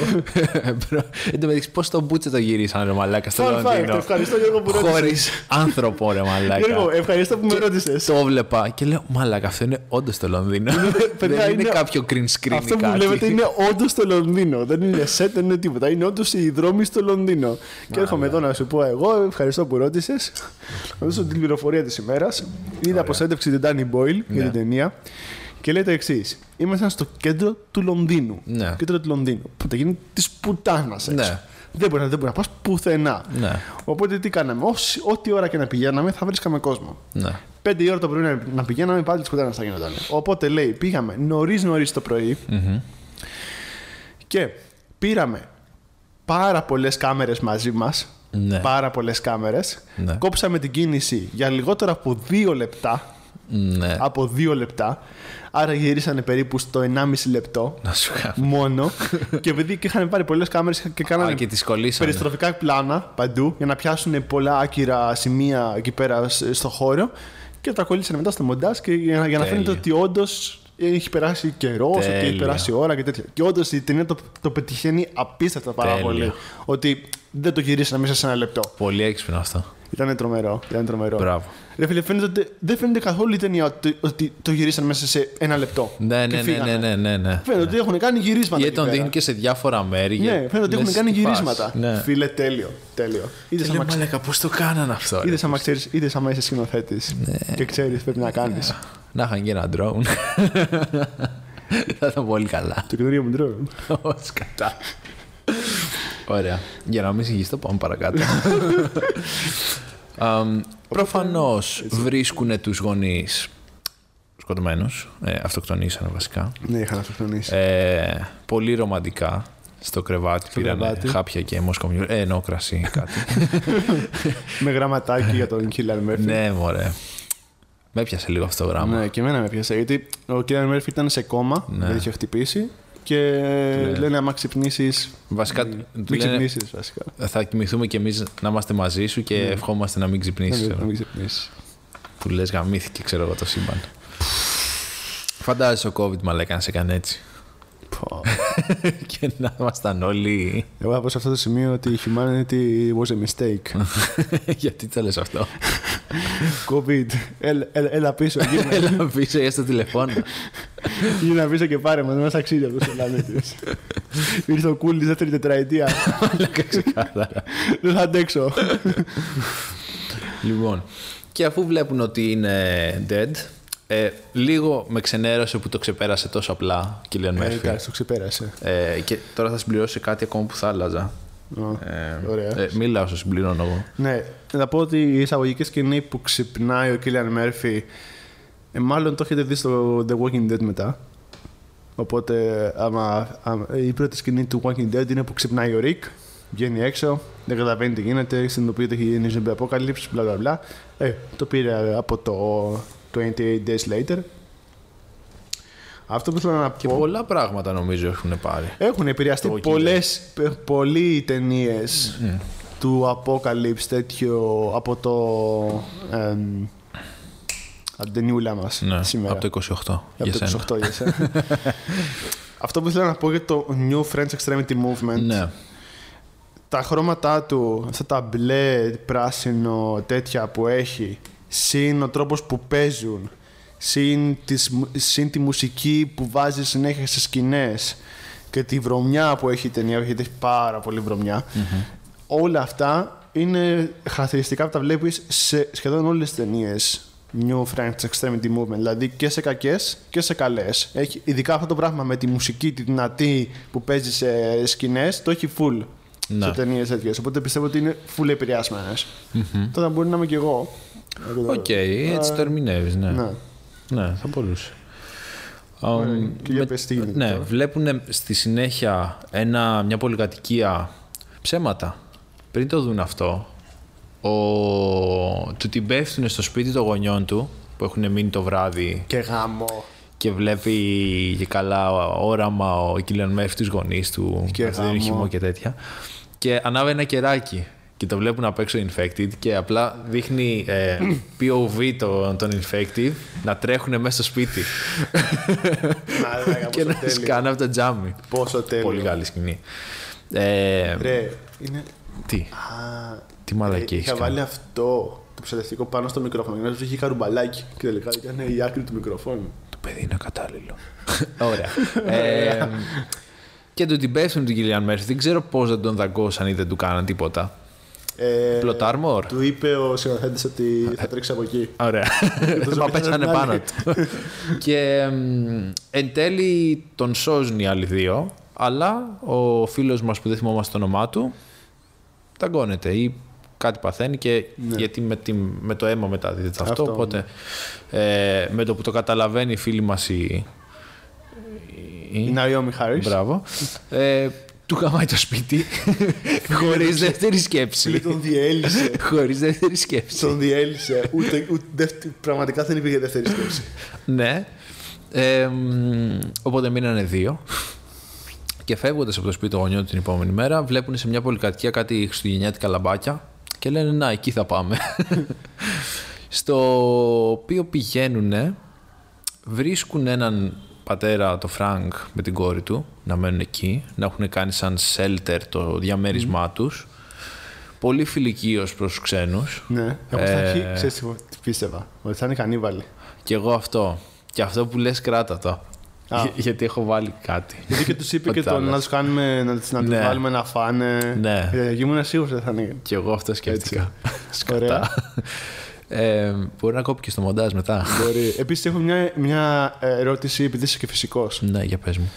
Εν τω μεταξύ, πώς τον Μπούτσε το γυρίσανε, ρε Μαλάκα, στο
Fun fact.
Λονδίνο.
Ευχαριστώ Γιώργο που
Χωρί
ρώτησες.
άνθρωπο, ρε
Γιώργο,
Μαλάκα.
ευχαριστώ που με ρώτησες.
Το βλέπα και λέω Μαλάκα, αυτό είναι όντως το Λονδίνο.
Ναι, παιδιά,
Δεν είναι
είναι-
κάποιο green screen
Αυτό
ή
που βλέπετε
κάτι.
είναι όντως το Λονδίνο. Δεν είναι σετ, δεν είναι τίποτα. Είναι όντως οι δρόμοι στο Λονδίνο. Και έρχομαι εδώ να σου πω εγώ, ευχαριστώ που ρώτησες. Να δώσω την πληροφορία της ημέρας. Είδα από συνέντευξη την Danny Boyle
Ναι.
για την ταινία και λέει το εξής. Ήμασταν στο κέντρο του Λονδίνου.
Ναι.
Κέντρο του Λονδίνου. Πρωταγίνη της πουτάνας έξω.
Ναι.
Δεν μπορεί, να- δεν μπορεί να πας πουθενά.
Ναι.
Οπότε τι κάναμε. Όση- ό,τι ώρα και να πηγαίναμε θα βρίσκαμε κόσμο.
Ναι.
5 η ώρα το πρωί να- να πηγαίναμε, πάλι της κουτάνα θα γινόταν. Οπότε λέει, πήγαμε νωρίς νωρίς το πρωι και πήραμε πάρα πολλές κάμερες μαζί μας.
Ναι.
Πάρα πολλές κάμερες.
Ναι.
Κόψαμε την κίνηση για λιγότερο από δύο λεπτά.
Ναι.
Από δύο λεπτά. Άρα γυρίσανε περίπου στο 1,5 λεπτό
Να σου κάνω.
μόνο. και επειδή και είχαν πάρει πολλές κάμερες και
Ναι. Α,
κάνανε
και τις κολλήσανε.
περιστροφικά πλάνα παντού για να πιάσουν πολλά άκυρα σημεία εκεί πέρα σ- στο χώρο και τα κολλήσανε μετά στο μοντάζ και για, να- για να
Τέλεια.
φαίνεται ότι όντως έχει περάσει καιρός, ότι έχει
Τέλεια.
περάσει ώρα και τέτοια. Και όντως η ταινία το, το πετυχαίνει απίστευτα πάρα
Τέλεια.
πολύ. Ότι δεν το γυρίσανε μέσα σε ένα λεπτό.
Πολύ έξυπνο αυτό.
Ήταν τρομερό. Ήταν τρομερό.
Μπράβο.
Ρε φίλε, φαίνεται ότι δεν φαίνεται καθόλου η ταινία ότι, ότι το γυρίσανε μέσα σε ένα λεπτό.
Ναι,
και
ναι, ναι,
φύγανε.
ναι, ναι, ναι, ναι.
Φαίνεται ότι έχουν κάνει γυρίσματα.
Γιατί
εκεί
τον
πέρα.
δίνουν και σε διάφορα μέρη.
Ναι,
για-
φαίνεται ότι έχουν
λες,
κάνει
τι πας.
γυρίσματα.
Ναι.
Φίλε, τέλειο. Τέλειο. Είδες
Και λέω,
άμα,
μαλάκα, πώς το κάνανε αυτό. ρε».
είδες άμα ξέρεις- είδες άμα είσαι σκηνοθέτης
Ναι.
και ξέρεις πρέπει να κάνεις.
Να είχαν και ένα drone. Θα ήταν πολύ καλά.
Το καινούριο μου drone.
Ως κατά. Ωραία. Για να μην συγχυστώ, πάμε παρακάτω. Αμ, προφανώς βρίσκουν τους γονείς σκοτωμένους. Ε, αυτοκτονήσανε βασικά.
Ναι, είχα να αυτοκτονήσει.
Ε, πολύ ρομαντικά στο κρεβάτι. Πήραν
κρεβάτι.
χάπια και μοσκομιού. Ε, ενώ
*laughs*
κρασί, κάτι.
Με γραμματάκι για τον Κίλιαν Μέρφυ.
ναι, μωρέ. Με πιάσε λίγο αυτό το γράμμα.
Ναι, και εμένα με πιάσε. Γιατί ο Κίλιαν Μέρφυ ήταν σε κόμμα,
Ναι.
δεν είχε χτυπήσει. Και λένε άμα ξυπνήσεις.
Βασικά, του
Ναι. Μην
Ναι. λένε,
ξυπνήσεις, βασικά.
θα κοιμηθούμε κι εμείς να είμαστε μαζί σου και
Ναι.
ευχόμαστε να μην ξυπνήσεις.
Να
ξέρω.
μην ξυπνήσεις. ναι.
Που λες γαμήθηκε, ξέρω εγώ, το σύμπαν. Φαντάζεσαι ο COVID μαλάκα να σε
*laughs*
κάνει έτσι. και να ήμασταν
*laughs*
όλοι. *laughs*
Εγώ θα πω σε αυτό το σημείο ότι η humanity was a
Ναι.
mistake.
Γιατί το λες αυτό.
COVID. Έλα- έλα- Έλα
*laughs*
πίσω, γύρνα.
Έλα πίσω για στο τηλεφώνο.
Γύρνα πίσω και πάρε μας, μας αξίζει αυτός ο πλανήτης. Ήρθε ο κούλης δεύτερη τετραετία.
Μαλάκα ξεκάθαρα.
Δεν θα αντέξω.
λοιπόν, και αφού βλέπουν ότι είναι dead, ε, λίγο με ξενέρωσε που το ξεπέρασε τόσο απλά, Κιλιαν
Ε,
Μέρφυ.
Εντάξει, το ξεπέρασε.
Ε, και τώρα θα συμπληρώσω κάτι ακόμα που θα άλλαζα.
Ω,
Ε,
Ωραία.
ε, μίλα όσο συμπληρώνω εγώ.
Ναι, να πω ότι η εισαγωγική σκηνή που ξυπνάει ο Κίλιαν Μέρφυ ε, μάλλον το έχετε δει στο The Walking Dead μετά. Οπότε άμα, άμα- ε, η πρώτη σκηνή του Walking Dead είναι που ξυπνάει ο Rick, βγαίνει έξω, δεν καταλαβαίνει τι γίνεται, συνειδητοποιεί ότι έχει γίνει zombie apocalypse, μπλα μπλα μπλα. Ε, το πήρε από το 28 Days Later. Αυτό που ήθελα να πω...
Και πολλά πράγματα νομίζω έχουν πάρει.
Έχουν επηρεαστεί
Το
πολλές, πε- πολλοί ταινίες του Apocalypse τέτοιο από το. εμ, από την ταινιούλα μας
Ναι,
σήμερα.
από το 28.
Από
για
το
σένα.
28 για
*laughs*
σένα. Αυτό που ήθελα να πω για το New French Extremity Movement.
Ναι.
Τα χρώματά του, αυτά τα μπλε, πράσινο, τέτοια που έχει, συν ο τρόπος που παίζουν, συν, τις, μου- συν τη μουσική που βάζει συνέχεια στις σκηνές και τη βρωμιά που έχει η ταινία, γιατί έχει πάρα πολύ βρωμιά, όλα αυτά είναι χαρακτηριστικά που τα βλέπεις σε σχεδόν όλες τις ταινίες New French Extremity Movement, δηλαδή και σε κακές και σε καλές. Έχει, ειδικά αυτό το πράγμα με τη μουσική, τη δυνατή που παίζει σε σκηνές, το έχει full
Ναι.
σε ταινίες τέτοιες. Οπότε πιστεύω ότι είναι full επηρεασμένες. Τώρα μπορεί να είμαι κι εγώ.
Οκ, έτσι το ερμηνεύει, ναι. ναι.
Ε, Ναι.
θα μπορούσε.
Ωραία, και για πες τι γίνεται
ναι,
τώρα.
βλέπουν στη συνέχεια ένα, μια πολυκατοικία ψέματα. Πριν το δουν αυτό, ο... του την πέφτουν στο σπίτι των γονιών του που έχουν μείνει το βράδυ
Και γάμο.
και βλέπει και καλά όραμα ο Κίλιαν Μέρφυ τους γονείς του
Και
να του δίνει
γαμό.
χυμό και τέτοια και ανάβει ένα κεράκι και το βλέπουν απ' έξω infected και απλά δείχνει
*clears throat*
ε, POV το- τον infected να τρέχουν μέσα στο σπίτι
Μαλάκα,
*laughs* και
πόσο
να
τέλειος.
σκάνε από τα τζάμι.
Πόσο τέλειο.
Πολύ καλή σκηνή. Ε,
Ρε, είναι...
τι,
Α, ε,
τι μαλακή έχεις
Είχα
κάνει.
βάλει αυτό το ψευδευτικό πάνω στο μικρόφωνο για να του είχε καρουμπαλάκι και τελικά ήταν η άκρη του μικροφόνου.
Το παιδί είναι
*laughs*
κατάλληλο. Ωραία. ε, και τον την πέφτουν τον Κιλιάν Μέρφυ. Δεν ξέρω πώς δεν τον δαγκώσαν ή δεν του κάναν τίποτα.
Ε,
Plot armor.
Του είπε ο σκηνοθέτη ότι θα τρέξει από εκεί.
Ωραία. *laughs*
Τόσο
Μα
πέτανε
πέσανε
την άλλη. *laughs*
πάνω του. και μ, εν τέλει τον σώζουν οι άλλοι δύο, αλλά ο φίλος μας που δεν θυμόμαστε το όνομά του ταγκώνεται ή κάτι παθαίνει και γιατί με, τη- με το αίμα μεταδίδεται αυτό,
Ναι. Αυτό, ναι.
οπότε ε, με το που το καταλαβαίνει η φίλη μας η... η-
Η Ναϊόμι Χάρις.
Ε, Μπράβο. Ε, του χαμάει το
*laughs*
σπίτι χωρίς
Ναι,
δεύτερη σκέψη.
Τον
*laughs*
διέλυσε.
χωρίς δεύτερη σκέψη.
Τον διέλυσε. Ούτε, ούτε, δεύτε- πραγματικά δεν υπήρχε δεύτερη σκέψη.
Ναι. Ε, μ, οπότε μείνανε δύο. Και φεύγοντας από το σπίτι των γονιών την επόμενη μέρα, βλέπουν σε μια πολυκατοικία κάτι χριστουγεννιάτικα λαμπάκια και λένε Να, εκεί θα πάμε. Στο οποίο πηγαίνουν, βρίσκουν έναν πατέρα, το Φρανκ, με την κόρη του να μένουν εκεί, να έχουν κάνει σαν shelter το διαμέρισμά τους. Πολύ φιλικοί ως προς τους ξένους.
ναι. Εγώ στην
Ε.
αρχή ξέρεις τι τι πίστευα. Ότι θα είναι κανίβαλοι.
Και εγώ αυτό. Και αυτό που λες κράτα το.
Α.
Για- γιατί έχω βάλει κάτι.
Γιατί και τους είπε
Ότι
και
τα
το
άλλα.
να τους κάνουμε, να, τους- να τους
Ναι.
βάλουμε να φάνε.
Ναι.
Ε, Ήμουν σίγουρος ότι θα είναι.
Και εγώ αυτό σκέφτηκα.
Ωραία.
Σκατά. Ε, μπορεί να κόπηκε στο μοντάζ μετά.
Μπορεί. Επίσης, έχω μια, μια ε, ερώτηση, επειδή είσαι και φυσικός.
ναι, για πες μου.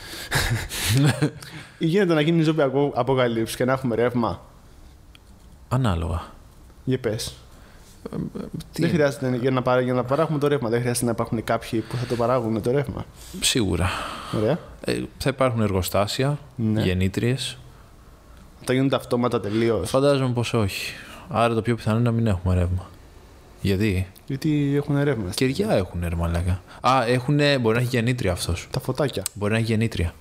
Γίνεται να γίνει ζόμπι απο- αποκαλύψη και να έχουμε ρεύμα.
Ανάλογα.
Για πες.
Ε, Τι,
Δεν χρειάζεται για να, παρά, για να παράγουμε το ρεύμα. Δεν χρειάζεται να υπάρχουν κάποιοι που θα το παράγουν το ρεύμα.
σίγουρα.
Ωραία.
Ε, θα υπάρχουν εργοστάσια,
Ναι.
γεννήτριες.
Θα γίνονται αυτόματα τελείως.
Φαντάζομαι πως όχι. Άρα το πιο πιθανό είναι να μην έχουμε ρεύμα. Γιατί
Γιατί έχουν ρεύμα.
κεριά έχουν ρε μαλάκα. Α, έχουν, μπορεί να έχει γεννήτρια αυτός.
Τα φωτάκια.
Μπορεί να έχει γεννήτρια.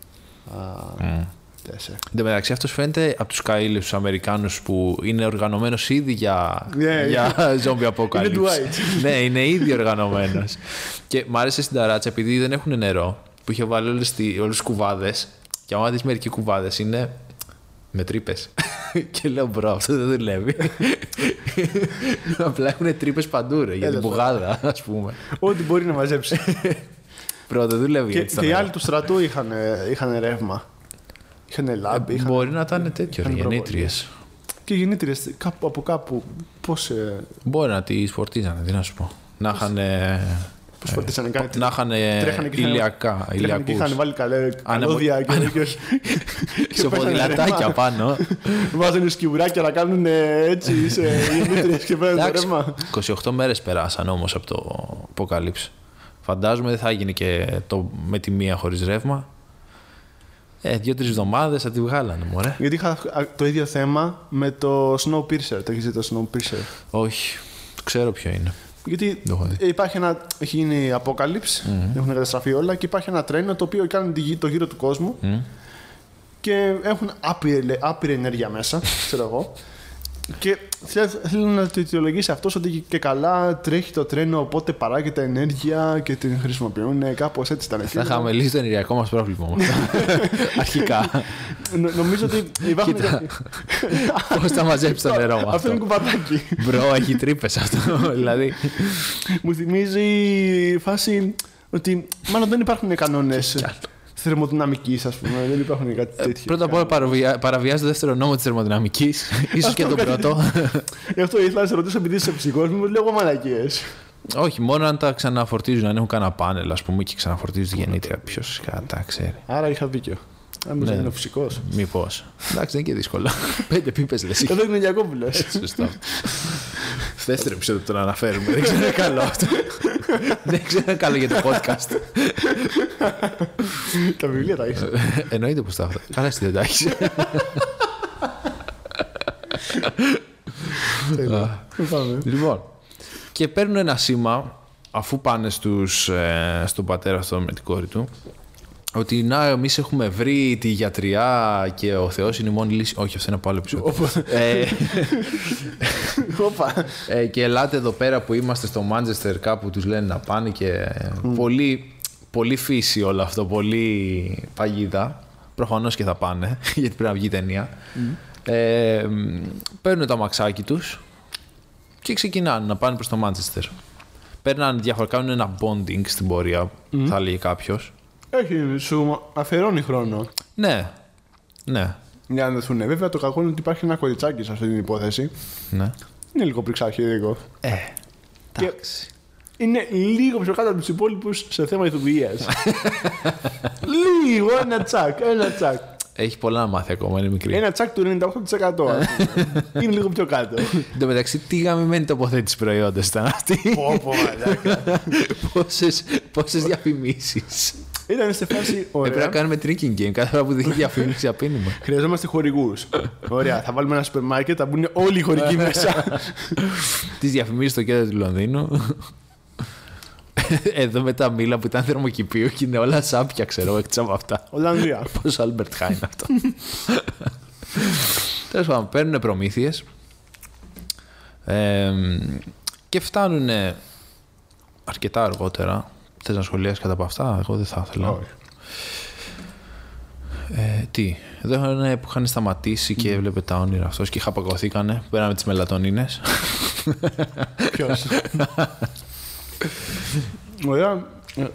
Α,
Mm.
τέσσερα.
Εν τω μεταξύ, αυτός φαίνεται από τους καήλου τους Αμερικάνους που είναι οργανωμένος ήδη για,
Ναι,
για zombie apocalypse.
Είναι Dwight.
ναι, είναι ήδη οργανωμένος. και μ' άρεσε στην ταράτσα επειδή δεν έχουν νερό που είχε βάλει όλες τις κουβάδες. Και άμα δεις μερικοί κουβάδες είναι με τρύπες. *laughs* και λέω μπρο, αυτό δεν
*laughs*
δουλεύει. Απλά έχουν τρύπες παντού ρε, για την
Έλα,
πουγάδα, ας πούμε.
Ό,τι μπορεί να
*laughs*
μαζέψει.
Πρώτα δεν δουλεύει
και,
έτσι. ναι. τα
και οι
νερά.
άλλοι του στρατού είχαν, ε, είχαν ρεύμα. Είχαν λάμπη. Είχαν...
Μπορεί να ήταν τέτοιο,
είχαν
γεννήτριες.
Και γεννήτριες κάπου από κάπου. Πώς ε,
Μπορεί να τη φορτίζανε, τι να σου πω. Να είχαν.
πώς φορτίσανε κάτι.
Να είχαν
Τρέχανε και είχαν-
ηλιακά.
Τρέχανε και είχαν
Ε, ηλιακούς. ναι,
βάλει καλέ καλώδια και τέτοιος.
*laughs* Σε
πέφτανε
ποδηλατάκια
ρεύμα. *laughs*
πάνω.
Βάζανε σκιουράκια να κάνουν ε, έτσι σε
*laughs*
γεννήτριες και παίρνουν το
Εντάξει,
ρεύμα.
28 μέρες περάσαν όμως από το αποκάλυψη. Φαντάζομαι δεν θα γίνει και το με τη μία χωρίς ρεύμα. Ε, δύο-τρει εβδομάδες θα τη βγάλανε, μωρέ.
Γιατί είχα α, το ίδιο θέμα με το Snowpiercer. Το έχεις δει το Snowpiercer.
Όχι. Ξέρω ποιο είναι.
Γιατί
Το έχω δει.
ε, υπάρχει ένα. Έχει γίνει αποκάλυψη, έχουν καταστραφεί όλα και υπάρχει ένα τρένο το οποίο κάνει τη γη- το γύρο του κόσμου και έχουν άπειρη, άπειρη ενέργεια
*laughs*
μέσα, ξέρω εγώ. Και θέλ- θέλω να το αιτιολογήσει αυτός ότι και καλά τρέχει το τρένο, οπότε παράγεται ενέργεια και την χρησιμοποιούν κάπως έτσι τα
Θα είχαμε λύσει το ενεργειακό μας πρόβλημα.
*laughs*
όμως. Αρχικά.
Νομίζω ότι
*laughs*
υπάρχουν.
Κοίτα,
κάποιοι-
Πώς θα μαζέψεις το νερό μας.
Αυτό είναι κουβατάκι.
*laughs* Μπρο, έχει τρύπες
*laughs*
αυτό. δηλαδή.
Μου θυμίζει η φάση ότι μάλλον δεν υπάρχουν κανόνες θερμοδυναμικής, ας πούμε. Δεν υπάρχουν κάτι τέτοιο.
Ε, Πρώτα απ' όλα παραβιά- παραβιάζει το δεύτερο νόμο της θερμοδυναμικής, *laughs* ίσως και τον πρώτο.
Γι' αυτό ήθελα να σε ρωτήσω επειδή είσαι ψυχικό, μου λέγω μαλακίες.
*laughs* Όχι, μόνο αν τα ξαναφορτίζουν, αν έχουν κανένα πάνελ, ας πούμε, και ξαναφορτίζουν τη γεννήτρια. Ποιος κατά ξέρει.
Άρα είχα δίκιο. Ναι. Αν μου είναι φυσικός.
Μήπως. Εντάξει, δεν είναι και δύσκολο. *laughs* Πέντε πίπες λες.
Εδώ είναι ο Γιακόπουλος. *laughs*
Σωστό. *laughs* Δεύτερο επεισόδιο τον αναφέρουμε. Δεν ξέρω καλό *laughs* αυτό. Δεν ξέρω καλό για το podcast.
Τα βιβλία τα έχεις.
Εννοείται πως τα έχω. Καλά, εσύ δεν τα έχεις.
ε,
Λοιπόν, και παίρνουν ένα σήμα αφού πάνε στους, ε, στον πατέρα αυτό με την κόρη του Ότι να, εμείς έχουμε βρει τη γιατριά και ο Θεός είναι η μόνη λύση. Όχι, αυτό είναι από άλλο επεισόδιο. Ε,
Όπα.
ε, και ελάτε εδώ πέρα που είμαστε στο Μάντζεστερ, κάπου τους λένε να πάνε και. Πολύ, πολύ φύση όλο αυτό, πολύ παγίδα. Προφανώς και θα πάνε, *laughs* γιατί πρέπει να βγει η ταινία. Ε, μ, παίρνουν το αμαξάκι τους και ξεκινάνε να πάνε προς το Μάντζεστερ. Παίρνουν διάφορα, κάνουν ένα bonding στην πορεία, θα λέει κάποιος.
Έχει, σου αφαιρώνει χρόνο.
Ναι, ναι,
Για να δεθούν. Βέβαια, το κακό είναι ότι υπάρχει ένα κοριτσάκι σε αυτή την υπόθεση.
ναι.
Είναι λίγο πριξαρχίδικο.
Ε,
Και- Είναι λίγο πιο κάτω από τους υπόλοιπους σε θέμα ηθοποιίας. *laughs* λίγο, ένα τσακ, ένα τσακ.
Έχει πολλά να μάθει ακόμα, είναι μικρή.
Ένα τσακ του 98%. ας πούμε. *laughs* είναι λίγο πιο κάτω.
Εν τω μεταξύ, τι γαμημένη τοποθέτηση προϊόντα ήταν αυτή.
πω, πω, μαλάκα.
πόσες, πόσες διαφημίσεις.
Ήταν σε
*laughs*
φάση.
Πρέπει να
Ωραία.
κάνουμε drinking game. Κάθε φορά που δίνει διαφήμιση απίνουμε.
Χρειαζόμαστε χορηγούς. Ωραία, θα βάλουμε ένα σούπερ μάρκετ, θα μπουν όλοι οι χορηγοί
Ναι.
μέσα.
*laughs* Τις διαφημίσεις στο κέντρο του Λονδίνου. Εδώ με τα μήλα που ήταν θερμοκηπίου και είναι όλα σάπια, ξέρω, εκτός από αυτά.
Ολλανδία.
Πώς Άλμπερτ Χάιν αυτό. Τέλος πάντων, παίρνουν προμήθειες ε, και φτάνουν αρκετά αργότερα. Θες να σχολιάσεις κατά από αυτά, εγώ δεν θα ήθελα.
Όχι.
Ε, τι, εδώ είχαν, που είχαν σταματήσει και έβλεπε τα όνειρα αυτός και χαπακωθήκανε, πέραμε τις μελατονίνες.
Ποιος.
*laughs*
Ωραία.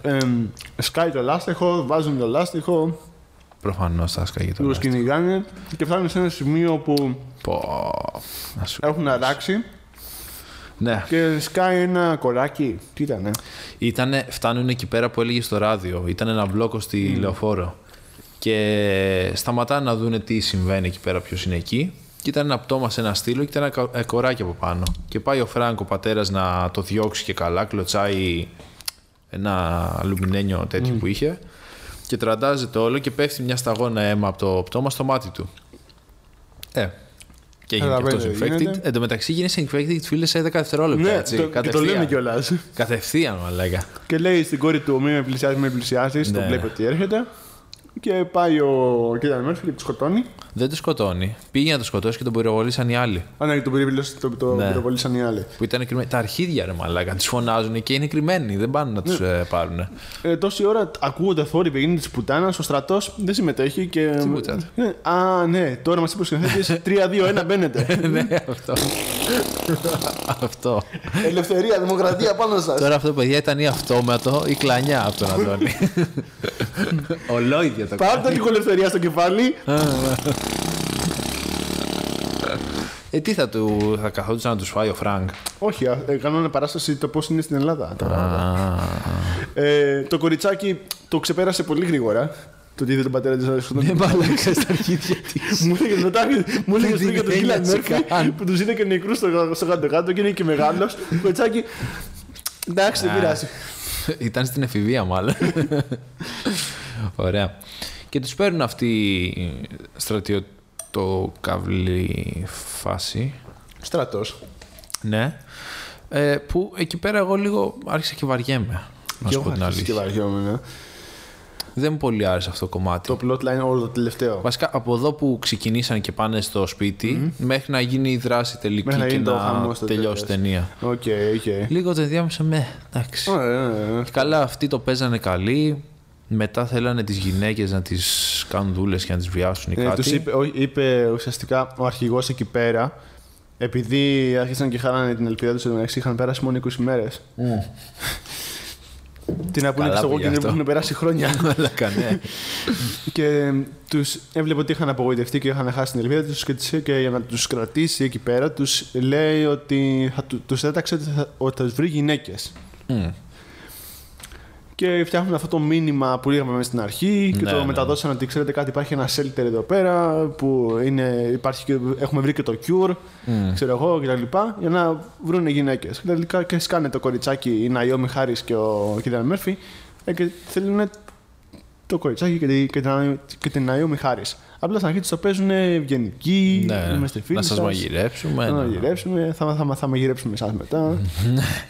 Ε, εμ, σκάει το λάστιχο, βάζουν το λάστιχο,
Προφανώς θα σκάγει το
τους
λάστιχο.
κυνηγάνε και φτάνουν σε ένα σημείο που
Πω, να σου-
έχουν αράξει
Ναι,
και σκάει ένα κοράκι. Τι ήτανε.
Ήτανε, φτάνουν εκεί πέρα που έλεγε στο ράδιο. Ήταν ένα μπλόκο στη
Mm.
λεωφόρο. Και σταματάνε να δουν τι συμβαίνει εκεί πέρα, ποιος είναι εκεί. Και ήταν ένα πτώμα σε ένα στήλο και ήταν ένα κα- ε, κοράκι από πάνω. Και πάει ο Φράγκο πατέρας να το διώξει και καλά. Κλωτσάει ένα αλουμινένιο τέτοιο
Mm.
που είχε. Και τραντάζεται όλο και πέφτει μια σταγόνα αίμα από το πτώμα στο μάτι του. Ε. Και έγινε
Έλα,
και αυτό
βέβαια,
infected.
γίνεται.
Εν τω μεταξύ γίνεσαι infected, φίλες, σε 10 δευτερόλεπτα.
Ναι,
έτσι,
το, και το λέμε
κατευθείαν.
κιόλας.
Κατευθείαν, μαλάκα.
Και λέει στην κόρη του: Μην με πλησιάζει, με πλησιάζει.
Ναι.
Τον βλέπει ότι έρχεται. Και πάει ο Κίταν Μέρφυ και τη σκοτώνει.
Δεν το σκοτώνει. Πήγε να το σκοτώσει και τον πυροβολήσαν οι άλλοι.
Α, ναι, τον πυροβολήσαν το, το
Ναι.
πυροβολήσαν οι άλλοι.
Που ήταν κρυμμένοι. Τα αρχίδια ρε μαλάκα. Του φωνάζουν και είναι κρυμμένοι. Δεν πάνε να του πάρουν.
Ε, τόση ώρα ακούγονται θόρυβοι γίνει της πουτάνας, ο στρατός δεν συμμετέχει και. Τι
πουτάνα?
Α, ναι, τώρα μας είπε ο
*laughs*
σκηνοθέτη 3-2-1 μπαίνετε.
ναι, αυτό. αυτό.
Ελευθερία, δημοκρατία πάνω σας.
Τώρα αυτό, παιδιά, ήταν ή αυτόματο ή κλανιά από τον Αντώνη. Ολόιδια το
Πάρτε λίγο ελευθερία στο κεφάλι.
Ε, τι θα, του, θα καθόντουσαν να τους φάει ο Φραγκ.
Όχι, α, ε, κάνω παράσταση το πώς είναι στην Ελλάδα. τα πράγματα.
Α,
Ε, το κοριτσάκι το ξεπέρασε πολύ γρήγορα. Το ότι είδε τον πατέρα της να σκοτώνει.
Ναι, μαλάκα στα αρχίδια της.
Μου έλεγε μετά, μου έλεγε
Δεν
πριν για τον
την
Κίλιαν
ένιωσε
Μέρφυ
καν.
που τους είδε και νεκρούς στο στο κάτω-κάτω και είναι και μεγάλο. Κοριτσάκι. Εντάξει, δεν πειράζει.
Ήταν στην εφηβεία μάλλον. Ωραία. Και τους παίρνουν αυτή η στρατιωτοκαυλή φάση.
Στρατός.
Ναι. Ε, που εκεί πέρα εγώ λίγο άρχισα και βαριέμαι. Να σου πω την αλήθεια. Δεν μου πολύ άρεσε αυτό το κομμάτι.
ε. Το plotline όλο το τελευταίο.
Βασικά από εδώ που ξεκινήσαν και πάνε στο σπιτι μέχρι να γίνει η δράση τελική
Μέχρι να
και
γίνει το
να
χαμός στο
τελειώσει η
τέλος.
ταινία.
Οκ, οκ.
Λίγο το ενδιάμεσα με. Εντάξει.
Ωραία, ναι, ναι.
Καλά, αυτοί το παίζανε καλή. Μετά θέλανε τις γυναίκες να τις κάνουν δούλες και να τις βιάσουν ή
Ε,
κάτι.
Τους είπε, ό, είπε ουσιαστικά ο αρχηγός εκεί πέρα, επειδή άρχισαν και χάρανε την ελπίδα τους, μεταξύ είχαν πέρασει μόνο 20 μέρε. Τι να πούνε
Καλά
και στο
πήγε
Walking Dead που
αυτό.
έχουν περάσει χρόνια.
Αλλά κανέ.
και τους έβλεπε ότι είχαν απογοητευτεί και είχαν χάσει την ελπίδα τους και, τους- και για να τους κρατήσει εκεί πέρα, τους λέει ότι θα του τους έταξε ότι θα, ότι θα τους βρει γυναίκες.
Μμ.
Και φτιάχνουν αυτό το μήνυμα που λέγαμε μέσα στην αρχή και
Ναι,
το
ναι.
μεταδώσαν ότι ξέρετε κάτι, υπάρχει ένα shelter εδώ πέρα που είναι, υπάρχει και, έχουμε βρει και το cure,
Ναι.
ξέρω εγώ κτλ. Για να βρουν γυναίκες. Και τελικά και σκάνε το κοριτσάκι η Ναϊόμι Χάρη και ο Κίλιαν Μέρφυ ε, και θέλουν το κοριτσάκι και, τη- και, την- και την Ναϊόμι Χάρη. Απλά στην αρχή του το παίζουν ευγενικοί,
ναι,
είμαστε φίλοι.
να σας
σας,
μαγειρέψουμε.
Να
ναι.
μαγειρέψουμε, θα, θα, θα μαγειρέψουμε εσάς
*laughs*
μετά.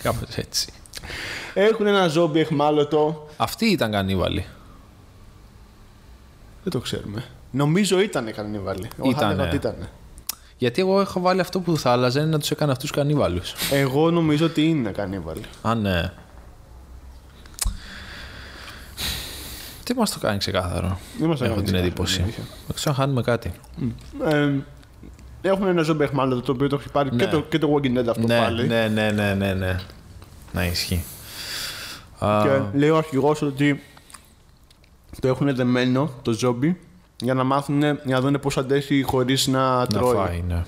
Κάπως έτσι.
Έχουν ένα ζόμπι εχμάλωτο.
Αυτοί ήταν κανίβαλοι.
Δεν το ξέρουμε. Νομίζω ήταν κανιβάλι. Εγώ
Ήτανε.
χάτευα ότι ήτανε.
Γιατί εγώ έχω βάλει αυτό που θα άλλαζε είναι να τους έκανε αυτούς κανίβαλους.
Εγώ νομίζω ότι είναι κανιβάλι.
Α, ναι. Τι μας το κάνει ξεκάθαρο.
Δεν μας
Έχω
έκανε
την
κανένα
εντύπωση.
αλήθεια.
Εκτό αν χάνουμε κάτι.
Ε, έχουμε ένα Zombie Εχμάλωτο το οποίο το έχει πάρει
Ναι.
και, το, και το Walking Dead αυτό
ναι,
πάλι.
ναι, ναι, ναι, ναι, ναι. Να ισχύει. Α,
Και λέει ο αρχηγός ότι το έχουν δεμένο το ζόμπι για να μάθουν, για να δουν πώς αντέχει χωρίς να,
να
τρώει.
φάει, ναι.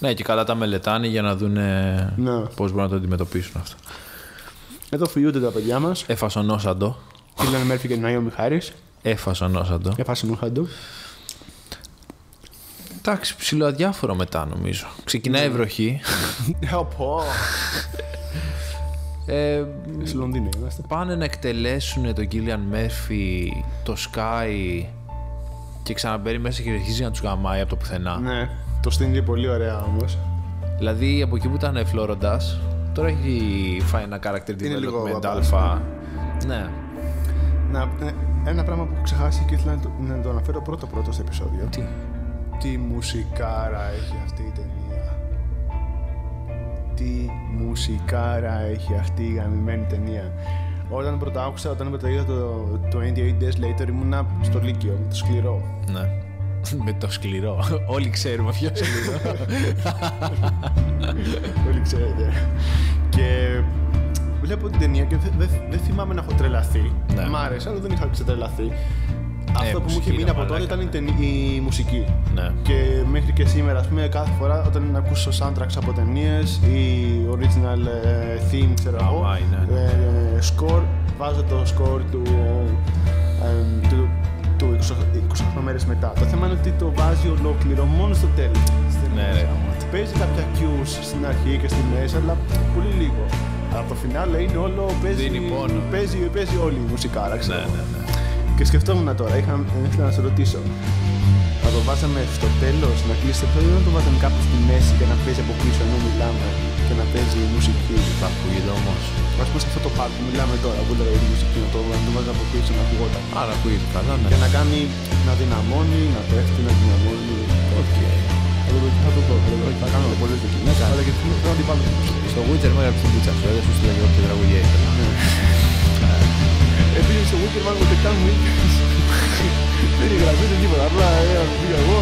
Ναι, και καλά τα μελετάνε για να δουν ε,
Ναι.
πώς μπορούν να το αντιμετωπίσουν αυτό.
Εδώ φοιτούνται τα παιδιά μας.
Εφασονόσαντο.
Κίλαν Μέρφυ και Νάιο Μιχάρη.
Εφασονόσαντο.
Έφασε Μουχάντο.
Εντάξει, ψηλό αδιάφορο μετά νομίζω. Ξεκινάει η
Ναι.
βροχή.
Από.
Ε,
Σε Λονδίνο είμαστε.
πάνε να εκτελέσουν τον Κίλιαν Μέρφυ, το Sky και ξαναμπαίνει μέσα και αρχίζει να τους γαμάει από το πουθενά.
Ναι, το στείνει πολύ ωραία όμως.
Δηλαδή από εκεί που ήταν φλόροντας, τώρα έχει φάει ένα character
Είναι λίγο
development
μπαμπάς,
αλφα. Ναι.
Να, ε, ένα πράγμα που έχω ξεχάσει και ήθελα να το, να το αναφέρω πρώτο πρώτο στο επεισόδιο.
Τι.
Τι μουσικάρα έχει αυτή η ταινία. Τι μουσικάρα έχει αυτή η γαμημένη ταινία. Όταν πρώτα άκουσα, όταν πρώτα είδα το, το 98 Days Later ήμουνα στο Λύκειο, το
*laughs*
σκληρό.
Ναι. Με το σκληρό. Όλοι ξέρουμε ποιο σκληρό.
Όλοι ξέρετε. Και βλέπω την ταινία και δεν δε, δε θυμάμαι να έχω τρελαθεί.
Ναι.
Μ' άρεσε, αλλά δεν είχα ξετρελαθεί. Αυτό που μου
μουσική
είχε μείνει
ήταν
από τότε
μαλάκα,
ήταν η, ταινί- η μουσική.
*laughs* ναι.
Και μέχρι και σήμερα, ας πούμε, κάθε φορά όταν ακούσω soundtracks από ταινίες ή original ε, theme, ξέρω εγώ,
Αμάι, ναι.
ε, score, βάζω το score του, ε, του, του 20 μέρες μετά. Το θέμα είναι ότι το βάζει ολόκληρο μόνο στο τέλος. Στην-
Ναι, ρε.
Παίζει κάποια cues στην αρχή και στη μέση, αλλά πολύ λίγο. Αλλά το φινάλε είναι όλο, παίζει,
Δίνει πόνο.
παίζει, παίζει όλη η μουσικάρα, ξέρω
Ναι,
εγώ.
ναι, ναι.
Και σκεφτόμουν τώρα, είχα, ήθελα να σε ρωτήσω. Να το βάζαμε στο τέλος, να κλείσει το επεισόδιο, ή να το βάζαμε κάπου στη μέση και να παίζει από πίσω ενώ μιλάμε και να παίζει η μουσική.
Θα ακούγεται όμως.
Ας πούμε σε αυτό το πάρτι που μιλάμε τώρα, που λέει η μουσική, να το, να το βάζαμε από πίσω να ακουγόταν.
Άρα ακούγεται καλά,
Και
ναι.
να κάνει να δυναμώνει, να πέφτει, να δυναμώνει.
Οκ.
Θα το δω- Θα το πω, θα κάνω πολλές δοκιμές, αλλά και θέλω να την βάλω.
Στο Witcher με έγραψε την πίτσα σου, δεν σου στείλα και εγώ ποιο τραγουδιά ήθελα.
Επειδή στο Wicked Man ούτε καν μου είπες. Δεν είναι γραμμή, δεν τίποτα. Απλά ε, να το πήγα εγώ.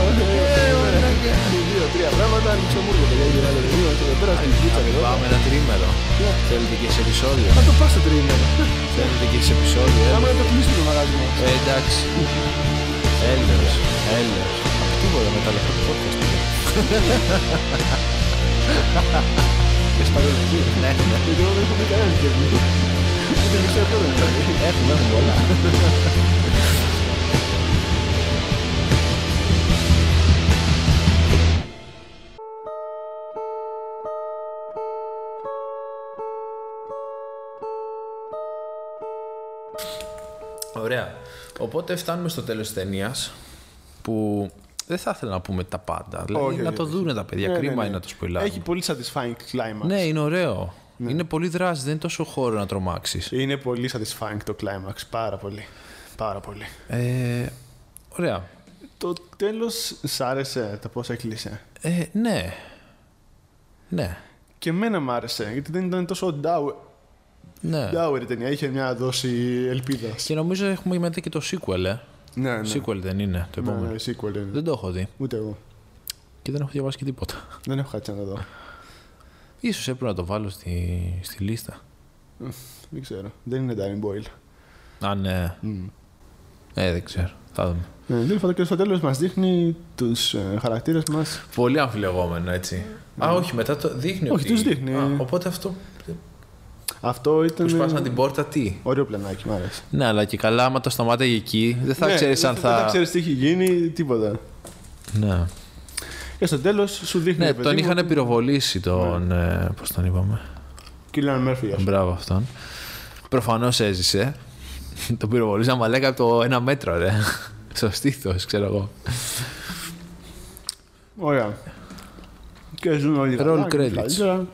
Δύο-τρία πράγματα, άνοιξε ο Μούργο. Παιδιά, για άλλο λίγο, και εδώ πέρα στην πίτσα και εδώ.
Πάμε ένα τρίμερο.
Ναι.
Θέλετε και σε επεισόδιο.
Θα το πας στο τριήμερο.
Θέλετε και σε επεισόδιο.
Άμα
έλα.
να το κλείσουμε το μαγαζί μας.
Ε, εντάξει. Έλληνες, Έλληνες. Τίποτα με τα λεφτά του podcast. ναι. πήγα.
Εσπανιολική.
Ναι, ναι.
Γιατί εγώ δεν έχω πει κανένα κέρδη. Ούτε μισό ευρώ δεν υπάρχει.
Έχουμε, έχουμε πολλά. Ωραία. Οπότε φτάνουμε στο τέλος της ταινίας που δεν θα ήθελα να πούμε τα πάντα. Δηλαδή
Όχι,
να
όχι,
το
όχι.
δούνε τα παιδιά.
Ναι, ναι,
Κρίμα
ναι.
είναι να το σπουλάρουν.
Έχει πολύ satisfying climax.
Ναι, είναι ωραίο.
Ναι.
Είναι πολύ δράση, δεν είναι τόσο χώρο να τρομάξεις.
Είναι πολύ satisfying το climax. Πάρα πολύ. Πάρα πολύ.
Ε, ωραία.
Το τέλος σ' άρεσε το πώς έκλεισε.
Ε, ναι. Ναι.
Και εμένα μ' άρεσε, γιατί δεν ήταν τόσο dour,
Ναι.
dour η ταινία. Είχε μια δόση ελπίδας.
Και νομίζω έχουμε μετά και το sequel, ε.
Ναι, ναι.
Sequel δεν είναι το
Ναι,
επόμενο.
ναι, sequel είναι.
Δεν το έχω δει
Ούτε εγώ. και
και δεν έχω διαβάσει και τίποτα.
Δεν έχω κάτι να το δω.
Ίσως έπρεπε να το βάλω στη, στη λίστα.
Δεν ξέρω. Δεν είναι Darren Boyle.
Α, ναι. Ε, δεν ξέρω. Θα δούμε.
Ναι, τέλο πάντων και στο τέλος μας δείχνει ε, του χαρακτήρες μας.
Πολύ αμφιλεγόμενο, έτσι. Α, όχι, μετά το δείχνει.
Ναι. Όχι,
ότι-
τους δείχνει.
Α, οπότε αυτό
Αυτό ήταν. ε,
που σπάσαν την πόρτα, τι.
Ωραίο πλανάκι, μ' άρεσε.
Ναι, αλλά και καλά, άμα το σταμάταγε εκεί, δεν θα
Ναι,
ξέρεις αν
δεν-
θα.
Δεν θα ξέρεις τι έχει γίνει, τίποτα.
Ναι,
Και στο τέλος σου δείχνει.
ναι
ρε παιδί
τον
μου,
είχαν πυροβολήσει τον. Ναι. Πώς τον είπαμε.
Κίλιαν Μέρφυ, ας πούμε.
Μπράβο αυτόν. Προφανώς έζησε. *laughs* το πυροβολήσαν μαλάκα από το ένα μέτρο, ρε. *laughs* Στο στήθος, ξέρω εγώ.
Ωραία. Και ζουν όλοι
Roll
καλά,
credits.
καλύτερα.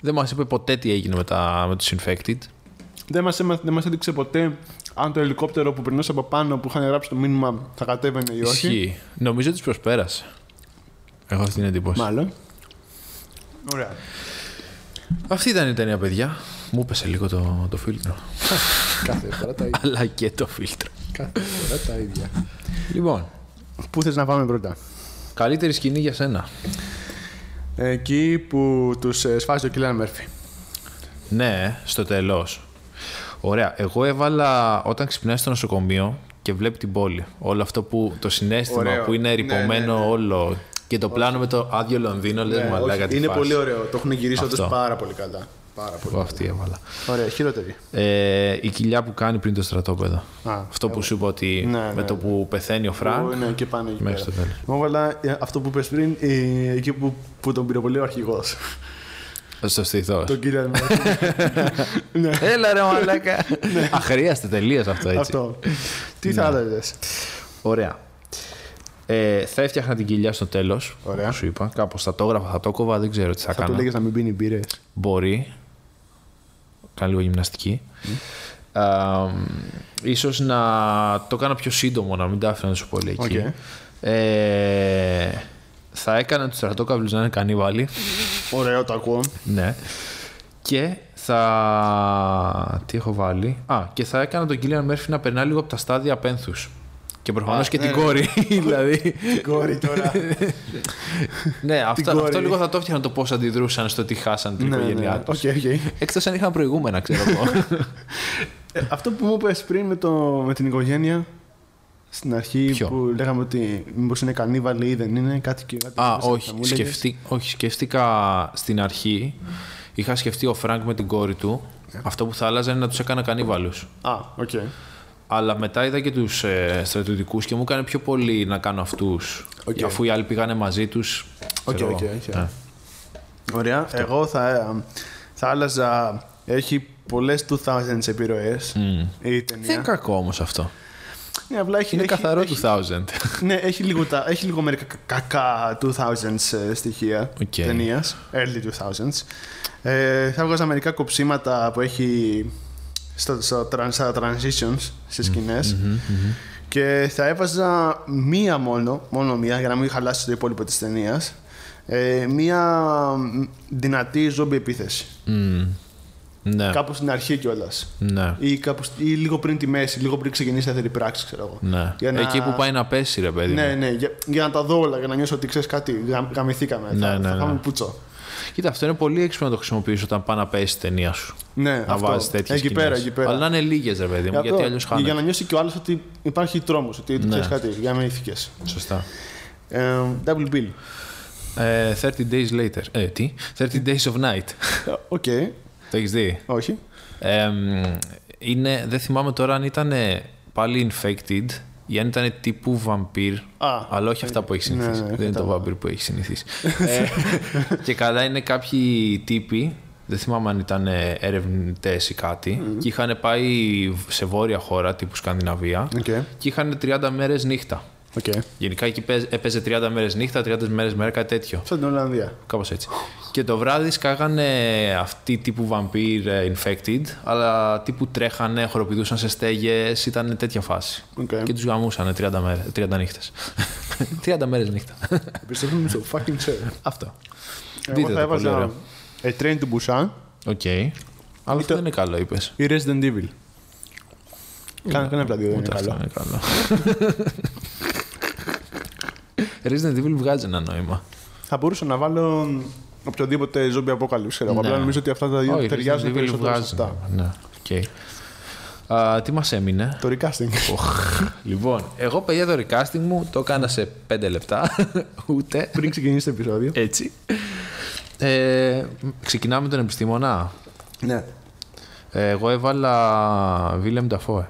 Δεν μας είπε ποτέ τι έγινε με, τα, με τους infected.
Δεν μας έδειξε ποτέ αν το ελικόπτερο που περνούσε από πάνω που είχαν γράψει το μήνυμα θα κατέβαινε ή όχι.
Ισχύει. Νομίζω ότι τους προσπέρασε. Έχω αυτή την εντύπωση.
Μάλλον. Ωραία.
Αυτή ήταν η ταινία, παιδιά. Μου έπεσε λίγο το, το φίλτρο.
Κάθε φορά
Ε.
τα ίδια.
*laughs* Αλλά και το φίλτρο.
Κάθε φορά τα ίδια.
Λοιπόν,
Πού θες να πάμε πρώτα.
καλύτερη σκηνή για σένα.
Εκεί που τους ε, σφάζει ο Κίλιαν Μέρφυ.
Ναι, στο τέλος. Ωραία. Εγώ έβαλα όταν ξυπνάει στο νοσοκομείο και βλέπει την πόλη. Όλο αυτό που το συνέστημα
Ωραίο.
που είναι
Ναι,
ρηπωμένο
ναι, ναι.
όλο. Και το πλάνο με το άδειο Λονδίνο, λες
Ναι,
Ε, μαλάκα
όχι,
τι
είναι
φάση.
πολύ ωραίο. Το έχουν γυρίσει
Αυτό.
όντως πάρα πολύ καλά. Πάρα πολύ.
Εγώ Αυτή έβαλα.
Ωραία, χειρότερη.
Ε, η κοιλιά που κάνει πριν το στρατόπεδο.
Α,
αυτό που σου είπα ότι
Ναι,
με
ναι,
το
ναι.
που πεθαίνει ο Φρανκ.
Που, ναι, και πάνε εκεί
Μέχρι
πέρα.
στο τέλος.
Μου έβαλα ε, αυτό που είπες πριν, ε, εκεί που, που τον πυροβολεί ο αρχηγός.
Στο στήθος.
τον Κίλιαν Μέρφυ.
Έλα ρε
*laughs*
μαλάκα. Αχρίαστε τελείως αυτό έτσι.
Ναι. αυτό. Τι θα
Ναι.
έλεγες.
Ωραία. Ε, θα έφτιαχνα την κοιλιά στο τέλος.
Ωραία.
Σου είπα. Κάπως θα το έγραφα, θα το κόβα, δεν ξέρω τι θα,
Θα του
κάνω.
λέγες να μην πίνει μπύρες.
Μπορεί. Κάνω λίγο γυμναστική. Ε, ίσως να το κάνω πιο σύντομο, να μην τα άφηνα τόσο πολύ εκεί.
Οκ.
Ε, θα έκανα τους στρατόκαυλους να είναι
*laughs*
κανίβαλοι.
Ωραίο, το ακούω.
ναι. Και θα... Τι έχω βάλει. Α, και θα έκανα τον Κίλιαν Μέρφυ να περνά λίγο από τα στάδια πένθους. Και προφανώς και την
*laughs*
κόρη. *laughs* δηλαδή,
ναι, Κόρη τώρα.
*laughs* ναι, αυτό,
κόρη.
αυτό λίγο θα το έφτιανα το πώς αντιδρούσαν στο ότι χάσαν την
Ναι, ναι,
οικογένειά
ναι.
τους.
Οκ, οκ.
Εκτός αν είχαν προηγούμενα, ξέρω
*laughs*
εγώ.
Ε, Αυτό που μου είπες πριν με, το, με την οικογένεια, στην αρχή
Ποιο?
που λέγαμε ότι μήπως είναι κανίβαλοι ή δεν είναι, κάτι και κάτι.
Α,
που θα
όχι,
μου έλεγες.
σκεφτεί, όχι, σκέφτηκα στην αρχή. Είχα σκεφτεί ο Φρανκ με την κόρη του.
Ναι.
Αυτό που θα άλλαζα είναι να τους έκανα κανίβαλους.
Α, οκ.
Αλλά μετά είδα και τους ε, στρατιωτικούς και μου έκανε πιο πολύ να κάνω αυτούς.
Οκ.
Αφού οι άλλοι πήγανε μαζί τους.
Οκ, οκ,
Ναι.
οκ. Ωραία. Εγώ θα, ε, θα άλλαζα. Έχει πολλές 2000 επιρροές η ταινία.
Δεν είναι κακό όμως αυτό.
Ναι, απλά έχει,
Είναι
έχει,
καθαρό
έχει,
2000.
ναι, έχει, λίγο τα, έχει λίγο μερικά κα- κακά 2000s ε, στοιχεία
Οκ.
ταινίας, early 2000s. Ε, θα βγάζα μερικά κοψίματα που έχει στο, στο, tran- στα transitions, στις σκηνες Και θα έβαζα μία μόνο, μόνο μία, για να μην χαλάσει το υπόλοιπο της ταινίας. Ε, μία μ, δυνατή ζόμπι επίθεση.
Μμμ. *laughs* Ναι,
Κάπου στην αρχή κιόλας.
ναι,
Ή, κάπου, σ- ή λίγο πριν τη μέση, λίγο πριν ξεκινήσει η σταθερή πράξη, ξέρω εγώ.
ναι.
Για να-
Εκεί που πάει να πέσει, ρε παιδί. μου.
Ναι, ναι, για, για να τα δω όλα, για να νιώσω ότι ξέρεις κάτι, γα- γαμηθήκαμε.
Ναι,
θα,
ναι,
θα
ναι.
πάμε πουτσό.
Κοίτα, αυτό είναι πολύ έξυπνο να το χρησιμοποιήσει όταν πάει να πέσει η ταινία σου.
Ναι,
Να βάζεις τέτοιες
Εκεί πέρα, εκεί πέρα.
Αλλά να είναι λίγες, ρε παιδί μου, γιατί
αυτό,
αλλιώ
για
χάνεται.
να νιώσει και ο άλλος ότι υπάρχει τρόμος, ότι ναι. ξέρεις κάτι, γαμηθήκε.
Σωστά.
Ε, double bill.
Ε, 30 days later. Ε, τι? 30 days of night. *laughs*
Ε, Οκ,
το έχεις δει.
όχι.
Ε, μ, είναι, δεν θυμάμαι τώρα αν ήταν πάλι infected ή αν ήταν τύπου vampire.
Α,
αλλά όχι αυτά που έχεις
ναι,
συνηθίσει.
ναι,
δεν είναι το vampire που έχεις
*laughs*
συνηθίσει. ε, και καλά είναι κάποιοι τύποι. Δεν θυμάμαι αν ήταν ερευνητές ή κάτι. Και είχαν πάει σε βόρεια χώρα, τύπου Σκανδιναβία.
Οκ.
Και είχαν 30 μέρες νύχτα.
Οκ.
Γενικά εκεί παίζ- έπαιζε 30 μέρες νύχτα, 30 μέρες μέρα, κάτι τέτοιο.
Σαν την Ολλανδία.
Κάπως έτσι. Και το βράδυ σκάγανε αυτοί τύπου vampire ε, infected, αλλά τύπου τρέχανε, χοροπηδούσαν σε στέγες, ήταν τέτοια φάση.
Οκ.
Και τους γαμούσαν 30, μέρες, 30 νύχτε.
*laughs*
30 μέρες νύχτα. *laughs*
Επιστρέφουμε στο fucking chair.
Αυτό.
Εγώ
το,
θα
πολύ
έβαζα
ωραίο.
A Train to Busan
Οκ. Αλλά αυτό δεν είναι καλό, είπες.
ή Resident Evil. Κάνα κανένα από τα δύο δεν είναι
Ούτε αυτό
καλό.
είναι καλό. *laughs* Resident Evil βγάζει ένα νόημα.
Θα μπορούσα να βάλω οποιοδήποτε zombie apocalypse, ξέρω εγώ.
Ναι.
Απλά νομίζω ότι αυτά τα δύο
Όχι,
ταιριάζουν
Resident Evil
περισσότερο σε
βγάζει
αυτά.
νόημα, Ναι. Οκ. Α, τι μας έμεινε.
Το recasting. *laughs*
Οχ. λοιπόν, εγώ παιδιά το recasting μου το έκανα σε 5 λεπτά. *laughs* Ούτε.
Πριν ξεκινήσει το επεισόδιο.
Έτσι. Ε, ξεκινάμε τον επιστήμονα.
Ναι.
Ε, εγώ έβαλα Βίλεμ Νταφόε.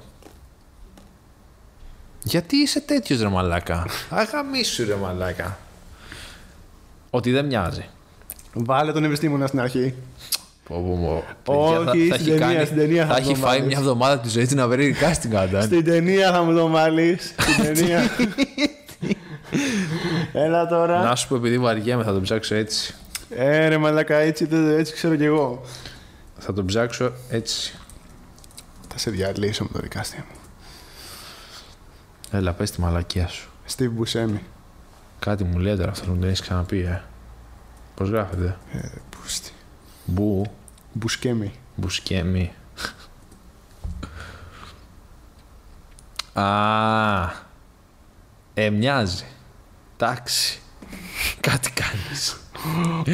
Γιατί είσαι τέτοιος ρε μαλάκα. Αγαμίσου ρε μαλάκα. Ότι δεν μοιάζει.
Βάλε τον επιστήμονα στην αρχή.
Πω, πω, πω.
Όχι,
Παιδιά,
στην ταινία, στην ταινία θα
θα
το
έχει φάει
βάλεις.
μια εβδομάδα τη ζωή του να βρει
*laughs*
casting Αντώνη.
Στην ταινία θα μου το βάλεις. Στην ταινία. Έλα τώρα.
Να σου πω επειδή βαριέμαι θα τον ψάξω έτσι.
Ε, ρε μαλακά, έτσι, δεν- έτσι ξέρω κι εγώ.
Θα τον ψάξω έτσι.
Θα σε διαλύσω με το ρικάστη μου.
Έλα, πες τη μαλακία σου.
Steve Buscemi.
Κάτι μου λέει τώρα αυτό, μου δεν έχεις ξαναπεί, ε. Πώς γράφεται.
Ε, Busty.
Μπου,
Buscemi.
μπουσκέμι. *laughs* Α, ε, μοιάζει. Εντάξει. *laughs* Κάτι κάνεις.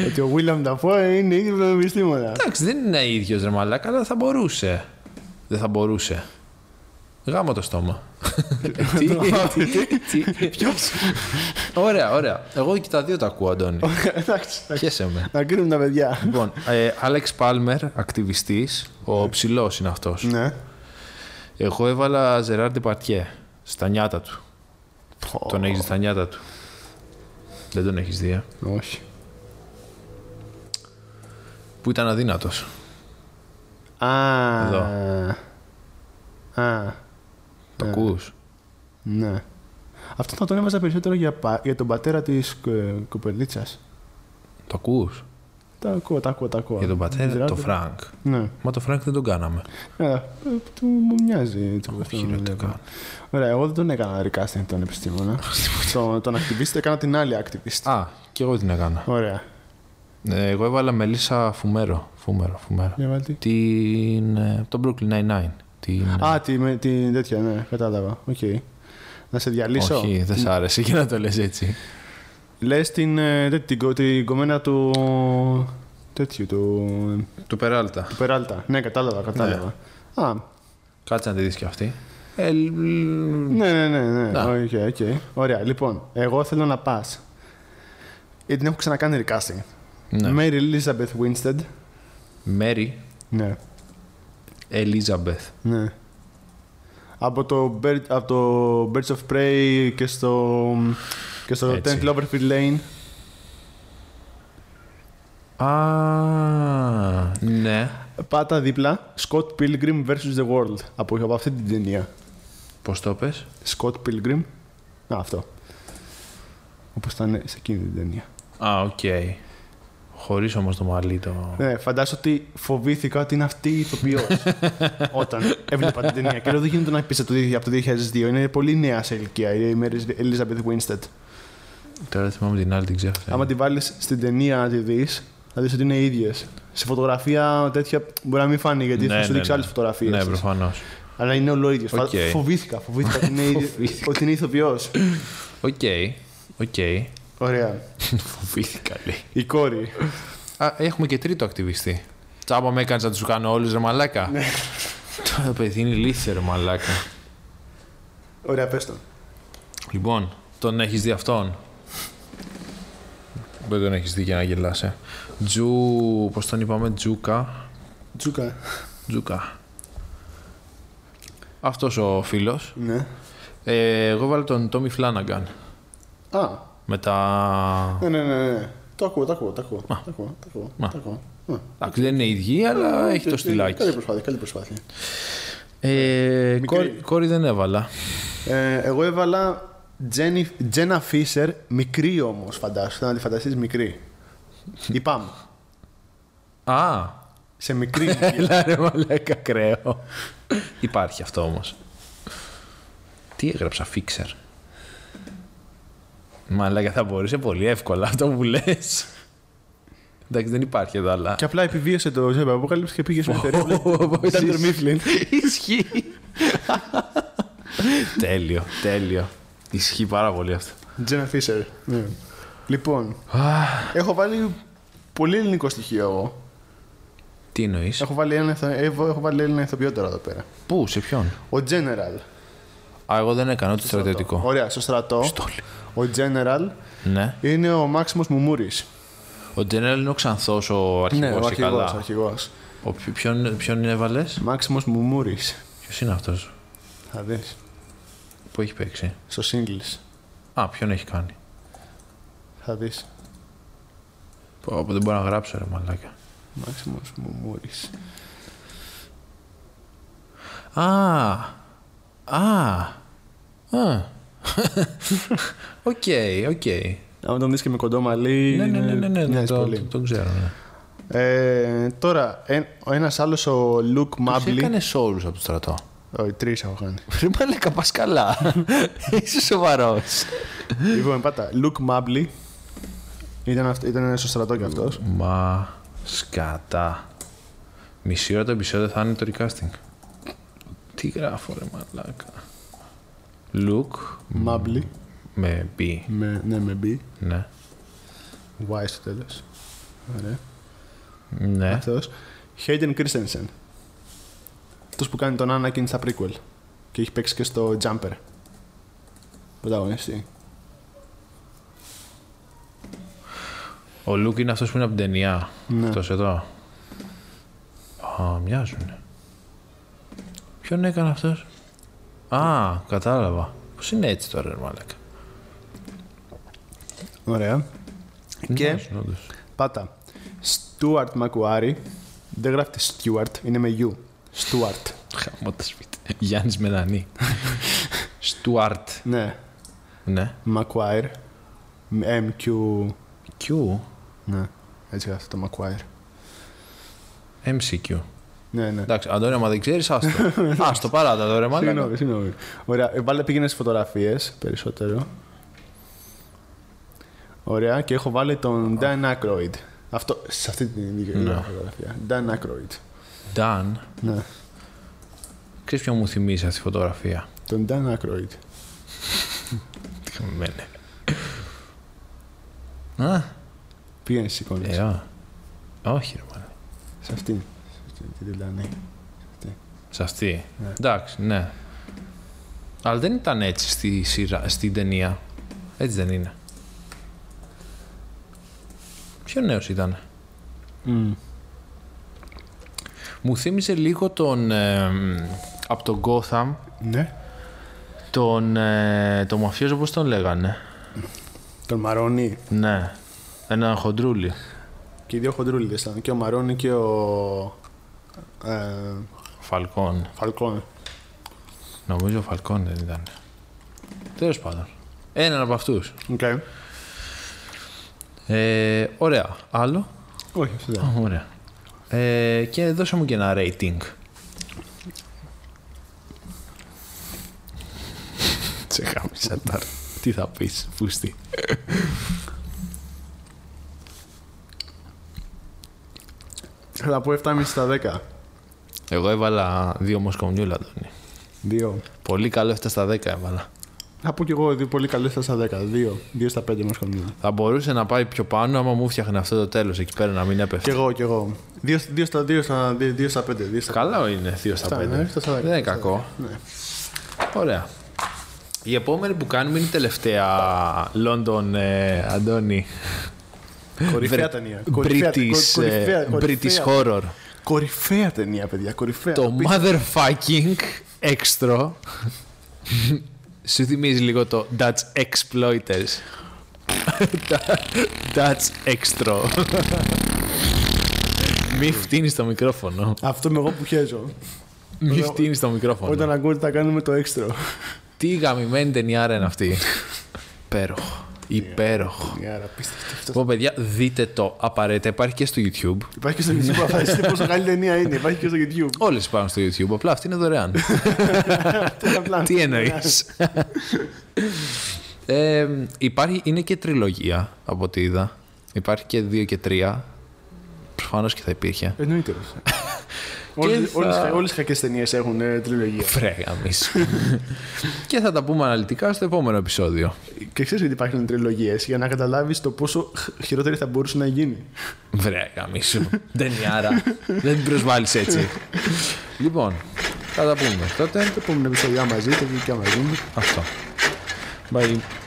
Ότι ο William Dafoe είναι ήδη
*laughs*
πρωτοβιστήμονα.
Εντάξει, δεν είναι ίδιος ρε μαλάκα, αλλά θα μπορούσε. Δεν θα μπορούσε. Γάμο το στόμα. *laughs* τι, τι, τι. Ωραία, ωραία. Εγώ και τα δύο τα ακούω, Αντώνη.
Εντάξει, εντάξει.
Χέσαι με.
να κρίνουν τα παιδιά.
Λοιπόν, ε, Άλεξ Πάλμερ, ακτιβιστής, ο ψηλός είναι αυτός.
Ναι.
Εγώ έβαλα Ζεράρντι Παρτιέ στα νιάτα του. Τον έχεις δει στα νιάτα του. Δεν τον έχεις δει, ε.
Όχι.
Που ήταν αδύνατος.
Α.
Εδώ.
Α.
Το ακούς.
Ναι. Αυτό θα τον έβαζα περισσότερο για, πα- για τον πατέρα της κοπελίτσα.
Το ακούς.
Τα ακούω, τα ακούω, τα ακούω.
Για τον πατέρα,
Ζεράρντι-
το Φρανκ.
Ναι.
Μα το Φρανκ δεν τον κάναμε.
Ναι, ε, του μου μοιάζει έτσι όπως
Όχι,
τον
ρε, το
βλέπω.
κάνω.
Ωραία, εγώ δεν τον έκανα recasting τον
*laughs*
επιστήμονα. τον, τον activist, έκανα την άλλη activist.
Α, και εγώ την έκανα.
Ωραία.
Ε, εγώ έβαλα Μελίσσα Φουμέρο. Φουμέρο, Φουμέρο.
Για βάλτε.
Την, ε, από τον Brooklyn Nine-Nine. Την,
Α, τη, με, την τέτοια, ναι, κατάλαβα. Οκ. Να σε διαλύσω.
όχι, δεν σ' άρεσε και να το λες έτσι.
Λες την, ε, τέτοια, την, κο- την κομμένα του. τέτοιου, του.
Του Περάλτα.
του Περάλτα. Ναι, κατάλαβα, κατάλαβα. Α,
Κάτσε να τη δεις και αυτή. Ε, λ- λ-
ναι, ναι, ναι. ναι.
Να.
Οκ, οκ. Ωραία, λοιπόν, εγώ θέλω να πας. Γιατί την έχω ξανακάνει recasting.
ναι.
Mary Elizabeth Winstead.
Μέρι
Ναι,
Ελίζαμπεθ.
ναι. Από το, Bird, από το Birds of Prey και στο, και στο
Έτσι.
10 Cloverfield Lane.
Α, ναι.
Πάτα δίπλα, Scott Pilgrim vs. The World. Από, από αυτή την ταινία.
Πώς το πες.
Scott Pilgrim. Α, αυτό. Όπως ήταν σε εκείνη την ταινία.
Α, οκ. Χωρίς όμως το μαλλί το...
Ναι, φαντάζομαι ότι φοβήθηκα ότι είναι αυτή η
*laughs*
ηθοποιός όταν έβλεπα την ταινία. Και λέω δεν γίνεται να πεις από το 2002. Είναι πολύ νέα σε ηλικία η Mary Elizabeth Winstead.
Τώρα θυμάμαι την άλλη, την ξέρω. αυτή.
Άμα τη βάλεις στην ταινία να τη δεις, θα δεις ότι είναι ίδιες. Σε φωτογραφία τέτοια μπορεί να μην φάνει γιατί
Ναι,
θα σου
ναι,
δείξει
ναι.
άλλες φωτογραφίες.
Ναι, προφανώς.
Αλλά είναι όλο ίδιος.
Οκ.
Φοβήθηκα, φοβήθηκα
*laughs*
ότι είναι, ίδι- ότι είναι ηθοποιός.
Οκ. Οκ.
Ωραία.
Φοβήθηκα, λέει.
Η κόρη.
Α, έχουμε και τρίτο ακτιβιστή. Τσάμπα με έκανε να τους κάνω όλους ρε μαλάκα. το παιδί είναι ηλίθιο ρε μαλάκα.
Ωραία, πες τον.
λοιπόν, τον έχεις δει αυτόν. Δεν τον έχεις δει για να γελάσαι. Τζου. Πώς τον είπαμε, Τζούκα.
Τζούκα.
Τζούκα. Αυτός ο φίλος.
Ναι.
Ε, εγώ βάλω τον Τόμι Φλάναγκαν.
Α,
Με τα.
ναι, ναι, ναι. ναι. Το ακούω, το ακούω, το ακούω. Το ακούω, το ακούω.
Μα.
το ακούω. Ναι.
Εντάξει, δεν είναι ίδιοι, αλλά έχει το
Ε, Καλή
στυλάκι.
προσπάθεια, καλή προσπάθεια.
Ε,
Μικρή.
κόρη, κόρη δεν έβαλα.
Ε, εγώ έβαλα Τζένι- Τζένα Φίσερ, μικρή όμως, φαντάσου. Θα να τη φανταστείς μικρή. Η Παμ.
Α,
Σε μικρή ηλικία.
*laughs* Έλα ρε μαλάκα κρέο. Υπάρχει αυτό όμως. Τι έγραψα, φίξερ. Μαλάκα θα μπορούσε πολύ εύκολα αυτό που λες. Εντάξει δεν υπάρχει εδώ αλλά.
Και απλά επιβίωσε το Ζέμπα Αποκαλύψη και πήγε στο εταιρεία. Ήταν το Μίφλιν.
Ισχύει. Τέλειο, τέλειο. Ισχύει πάρα πολύ αυτό.
Τζένα Φίσερ. ναι. Λοιπόν, έχω βάλει πολύ ελληνικό στοιχείο εγώ.
Τι εννοείς,
Έχω βάλει ένα, ηθο- έχω έχω βάλει ένα ηθοποιό τώρα εδώ πέρα.
Πού, σε ποιον.
Ο General.
Α, εγώ δεν έκανα ούτε στρατιωτικό.
Ωραία, στο στρατό.
Πιστόλι.
Ο General
Ναι.
είναι ο Μάξιμος Μουμούρης.
Ο Τζένεραλ είναι ο Ξανθός, ο
Ναι, ο
αρχηγό.
αρχηγός, ο αρχηγός.
Ο ποι- ποιον, ποιον έβαλες,
Μάξιμος Μουμούρης.
ποιος είναι αυτός.
Θα δεις.
Που έχει παίξει.
Στο singles.
Α, ποιον έχει κάνει.
Θα δεις.
Πω, πω, δεν μπορώ να γράψω, ρε μαλάκα.
Μάξιμος Μουμούρης.
Α, α, α. Οκ, οκ.
Αν τον δεις και με κοντό μαλλί,
Ναι, ναι, ναι, ναι, ναι,
μοιάζει
το,
πολύ.
το, το ξέρω, ναι.
Ε, τώρα, εν, ο ένας άλλος, ο Λουκ
Τους
Μάμπλι.
έκανες όλους από το στρατό.
Όχι, τρεις έχω κάνει.
Ρε μαλάκα, πας καλά. Είσαι σοβαρός.
λοιπόν, πάτα. Λουκ Μάμπλι. Ήταν, αυτ- ήταν στο στρατό κι αυτός.
Μα σκατά. Μισή ώρα το επεισόδιο θα είναι το recasting. Τι γράφω ρε μαλάκα. Look
Μάμπλι.
με B.
Με, ναι, με B.
Ναι.
Y στο τέλος. Ωραία.
Ναι.
Αυτό. Hayden Christensen. Αυτός που κάνει τον Anakin στα prequel. Και έχει παίξει και στο Jumper. Πρωταγωνιστή.
Ο Luke είναι αυτός που είναι από την ταινία.
Ναι.
Αυτός εδώ. Α, μοιάζουνε. Ποιον έκανε αυτός. Α, κατάλαβα. Πώς είναι έτσι τώρα ρε μαλάκα.
Ωραία.
Ναι,
Και
Μοιάζουν, όντως.
πάτα. Stuart Macuari. Δεν γράφεται Stuart, είναι με U. Stuart.
Χαμό το σπίτι. *laughs*
*laughs*
Γιάννης Μελανή. Στουαρτ.
Ναι.
Ναι.
Maguire. MQ.
Q.
Ναι. Έτσι γράφεται το Maguire.
MCQ.
Ναι, ναι.
Εντάξει, Αντώνιο, άμα δεν ξέρεις, άστο.
*laughs*
άστο, παράτα το ρε, μάλλον.
Συγγνώμη, συγγνώμη. Ωραία, ε, βάλε πήγαινε στις φωτογραφίες περισσότερο. Ωραία, και έχω βάλει τον Dan Aykroyd. Αυτό, σε αυτή την ίδια
Ναι.
φωτογραφία. Dan Aykroyd.
Νταν,
Ναι,
ξέρεις ποιο μου θυμίζει αυτή η φωτογραφία.
τον Dan Aykroyd.
Τι χαμένε.
Ναι.
Α,
Πήγαινε στις εικόνες.
ε, α. Όχι, ρε, μάλλον.
Σε αυτήν. Σε αυτήν τη δουλειά,
Σε αυτή.
Ναι.
Εντάξει, ναι. Αλλά δεν ήταν έτσι στη σειρά, στην ταινία. Έτσι δεν είναι. Ποιο νέος ήταν. Μου θύμιζε λίγο τον. από τον Gotham.
Ναι.
Τον. Ε, τον μαφιόζο, πώς τον λέγανε.
Τον Μαρόνι.
Ναι. Ένα χοντρούλι.
Και οι δύο χοντρούλιδες ήταν. Και ο Μαρόνι και ο. Ε,
Φαλκόν.
Φαλκόν.
Νομίζω ο Φαλκόν δεν ήταν. Τέλος πάντων. Έναν από αυτούς.
Οκ.
Ε, ωραία. Άλλο.
Όχι, αυτό δεν.
Α, Ωραία. Ε, και δώσε μου και ένα rating. Σε χάμισα τώρα. Τι θα πεις, φούστη.
Θα πω 7,5 στα 10.
Εγώ έβαλα δύο μοσκομιούλα, Αντώνη.
Δύο.
Πολύ καλό 7 στα 10 έβαλα.
Θα πω κι εγώ δύο πολύ καλέ στα 10. Δύο. Δύο στα 5 μα καμία.
Θα μπορούσε να πάει πιο πάνω άμα μου φτιάχνε αυτό το τέλος εκεί πέρα να μην
Κι
έπεφτε.
εγώ, κι εγώ. Δύο, δύο στα 2 στα 5. Δύο στα 5. Δύο στα...
Καλά είναι 2 στα
Αυτά
5.
είναι, εφτά στα δέκα.
Δεν είναι κακό.
Ναι.
Ωραία. Η επόμενη που κάνουμε είναι η τελευταία London, ε, Αντώνη.
Κορυφαία
Βρε-
ταινία. Κορυφαία,
British,
κο-
ε,
κορυφαία,
British
κορυφαία.
horror.
Κορυφαία ταινία, παιδιά. Κορυφαία.
Το
Απίστευτη.
motherfucking extra. Σου θυμίζει λίγο το Dutch exploiters. Τα- Dutch extra. Μη φτύνεις το μικρόφωνο.
Αυτό είμαι εγώ που χέζω.
Μη
Όταν-
φτύνεις το μικρόφωνο.
Όταν ακούτε τα κάνουμε το έξτρο.
Τι γαμημένη ταινιάρα είναι αυτή. Υπέροχο. Υπέροχο.
Άρα, πίστευτε αυτός.
Λοιπόν, παιδιά, δείτε το απαραίτητα. Υπάρχει και στο YouTube.
Υπάρχει και στο
Ναι.
YouTube. Αφασίστε πόσο καλή ταινία είναι. Υπάρχει και στο YouTube.
Όλες υπάρχουν στο YouTube. Απλά αυτή είναι δωρεάν.
Τέλα πλάνα.
Τι εννοείς. ε, υπάρχει, είναι και τριλογία από ό,τι είδα. Υπάρχει και δύο και τρία. Προφανώς και θα υπήρχε.
Εννοείται. ρε. Όλες-
θα-
όλες- Όλες οι κακές ταινίες έχουν ε, τριλογία.
Φρέ, γαμίσου. και θα τα πούμε αναλυτικά στο επόμενο επεισόδιο.
Και ξέρεις γιατί υπάρχουν τριλογίες, για να καταλάβεις το πόσο χ- χειρότερη θα μπορούσε να γίνει.
Βρε, γαμίσου. Δεν είναι άρα. Δεν την προσβάλλεις έτσι. λοιπόν, θα τα πούμε τότε.
Το επόμενο επεισόδιο μαζί, το βιβλίο μαζί.
Αυτό.
Bye.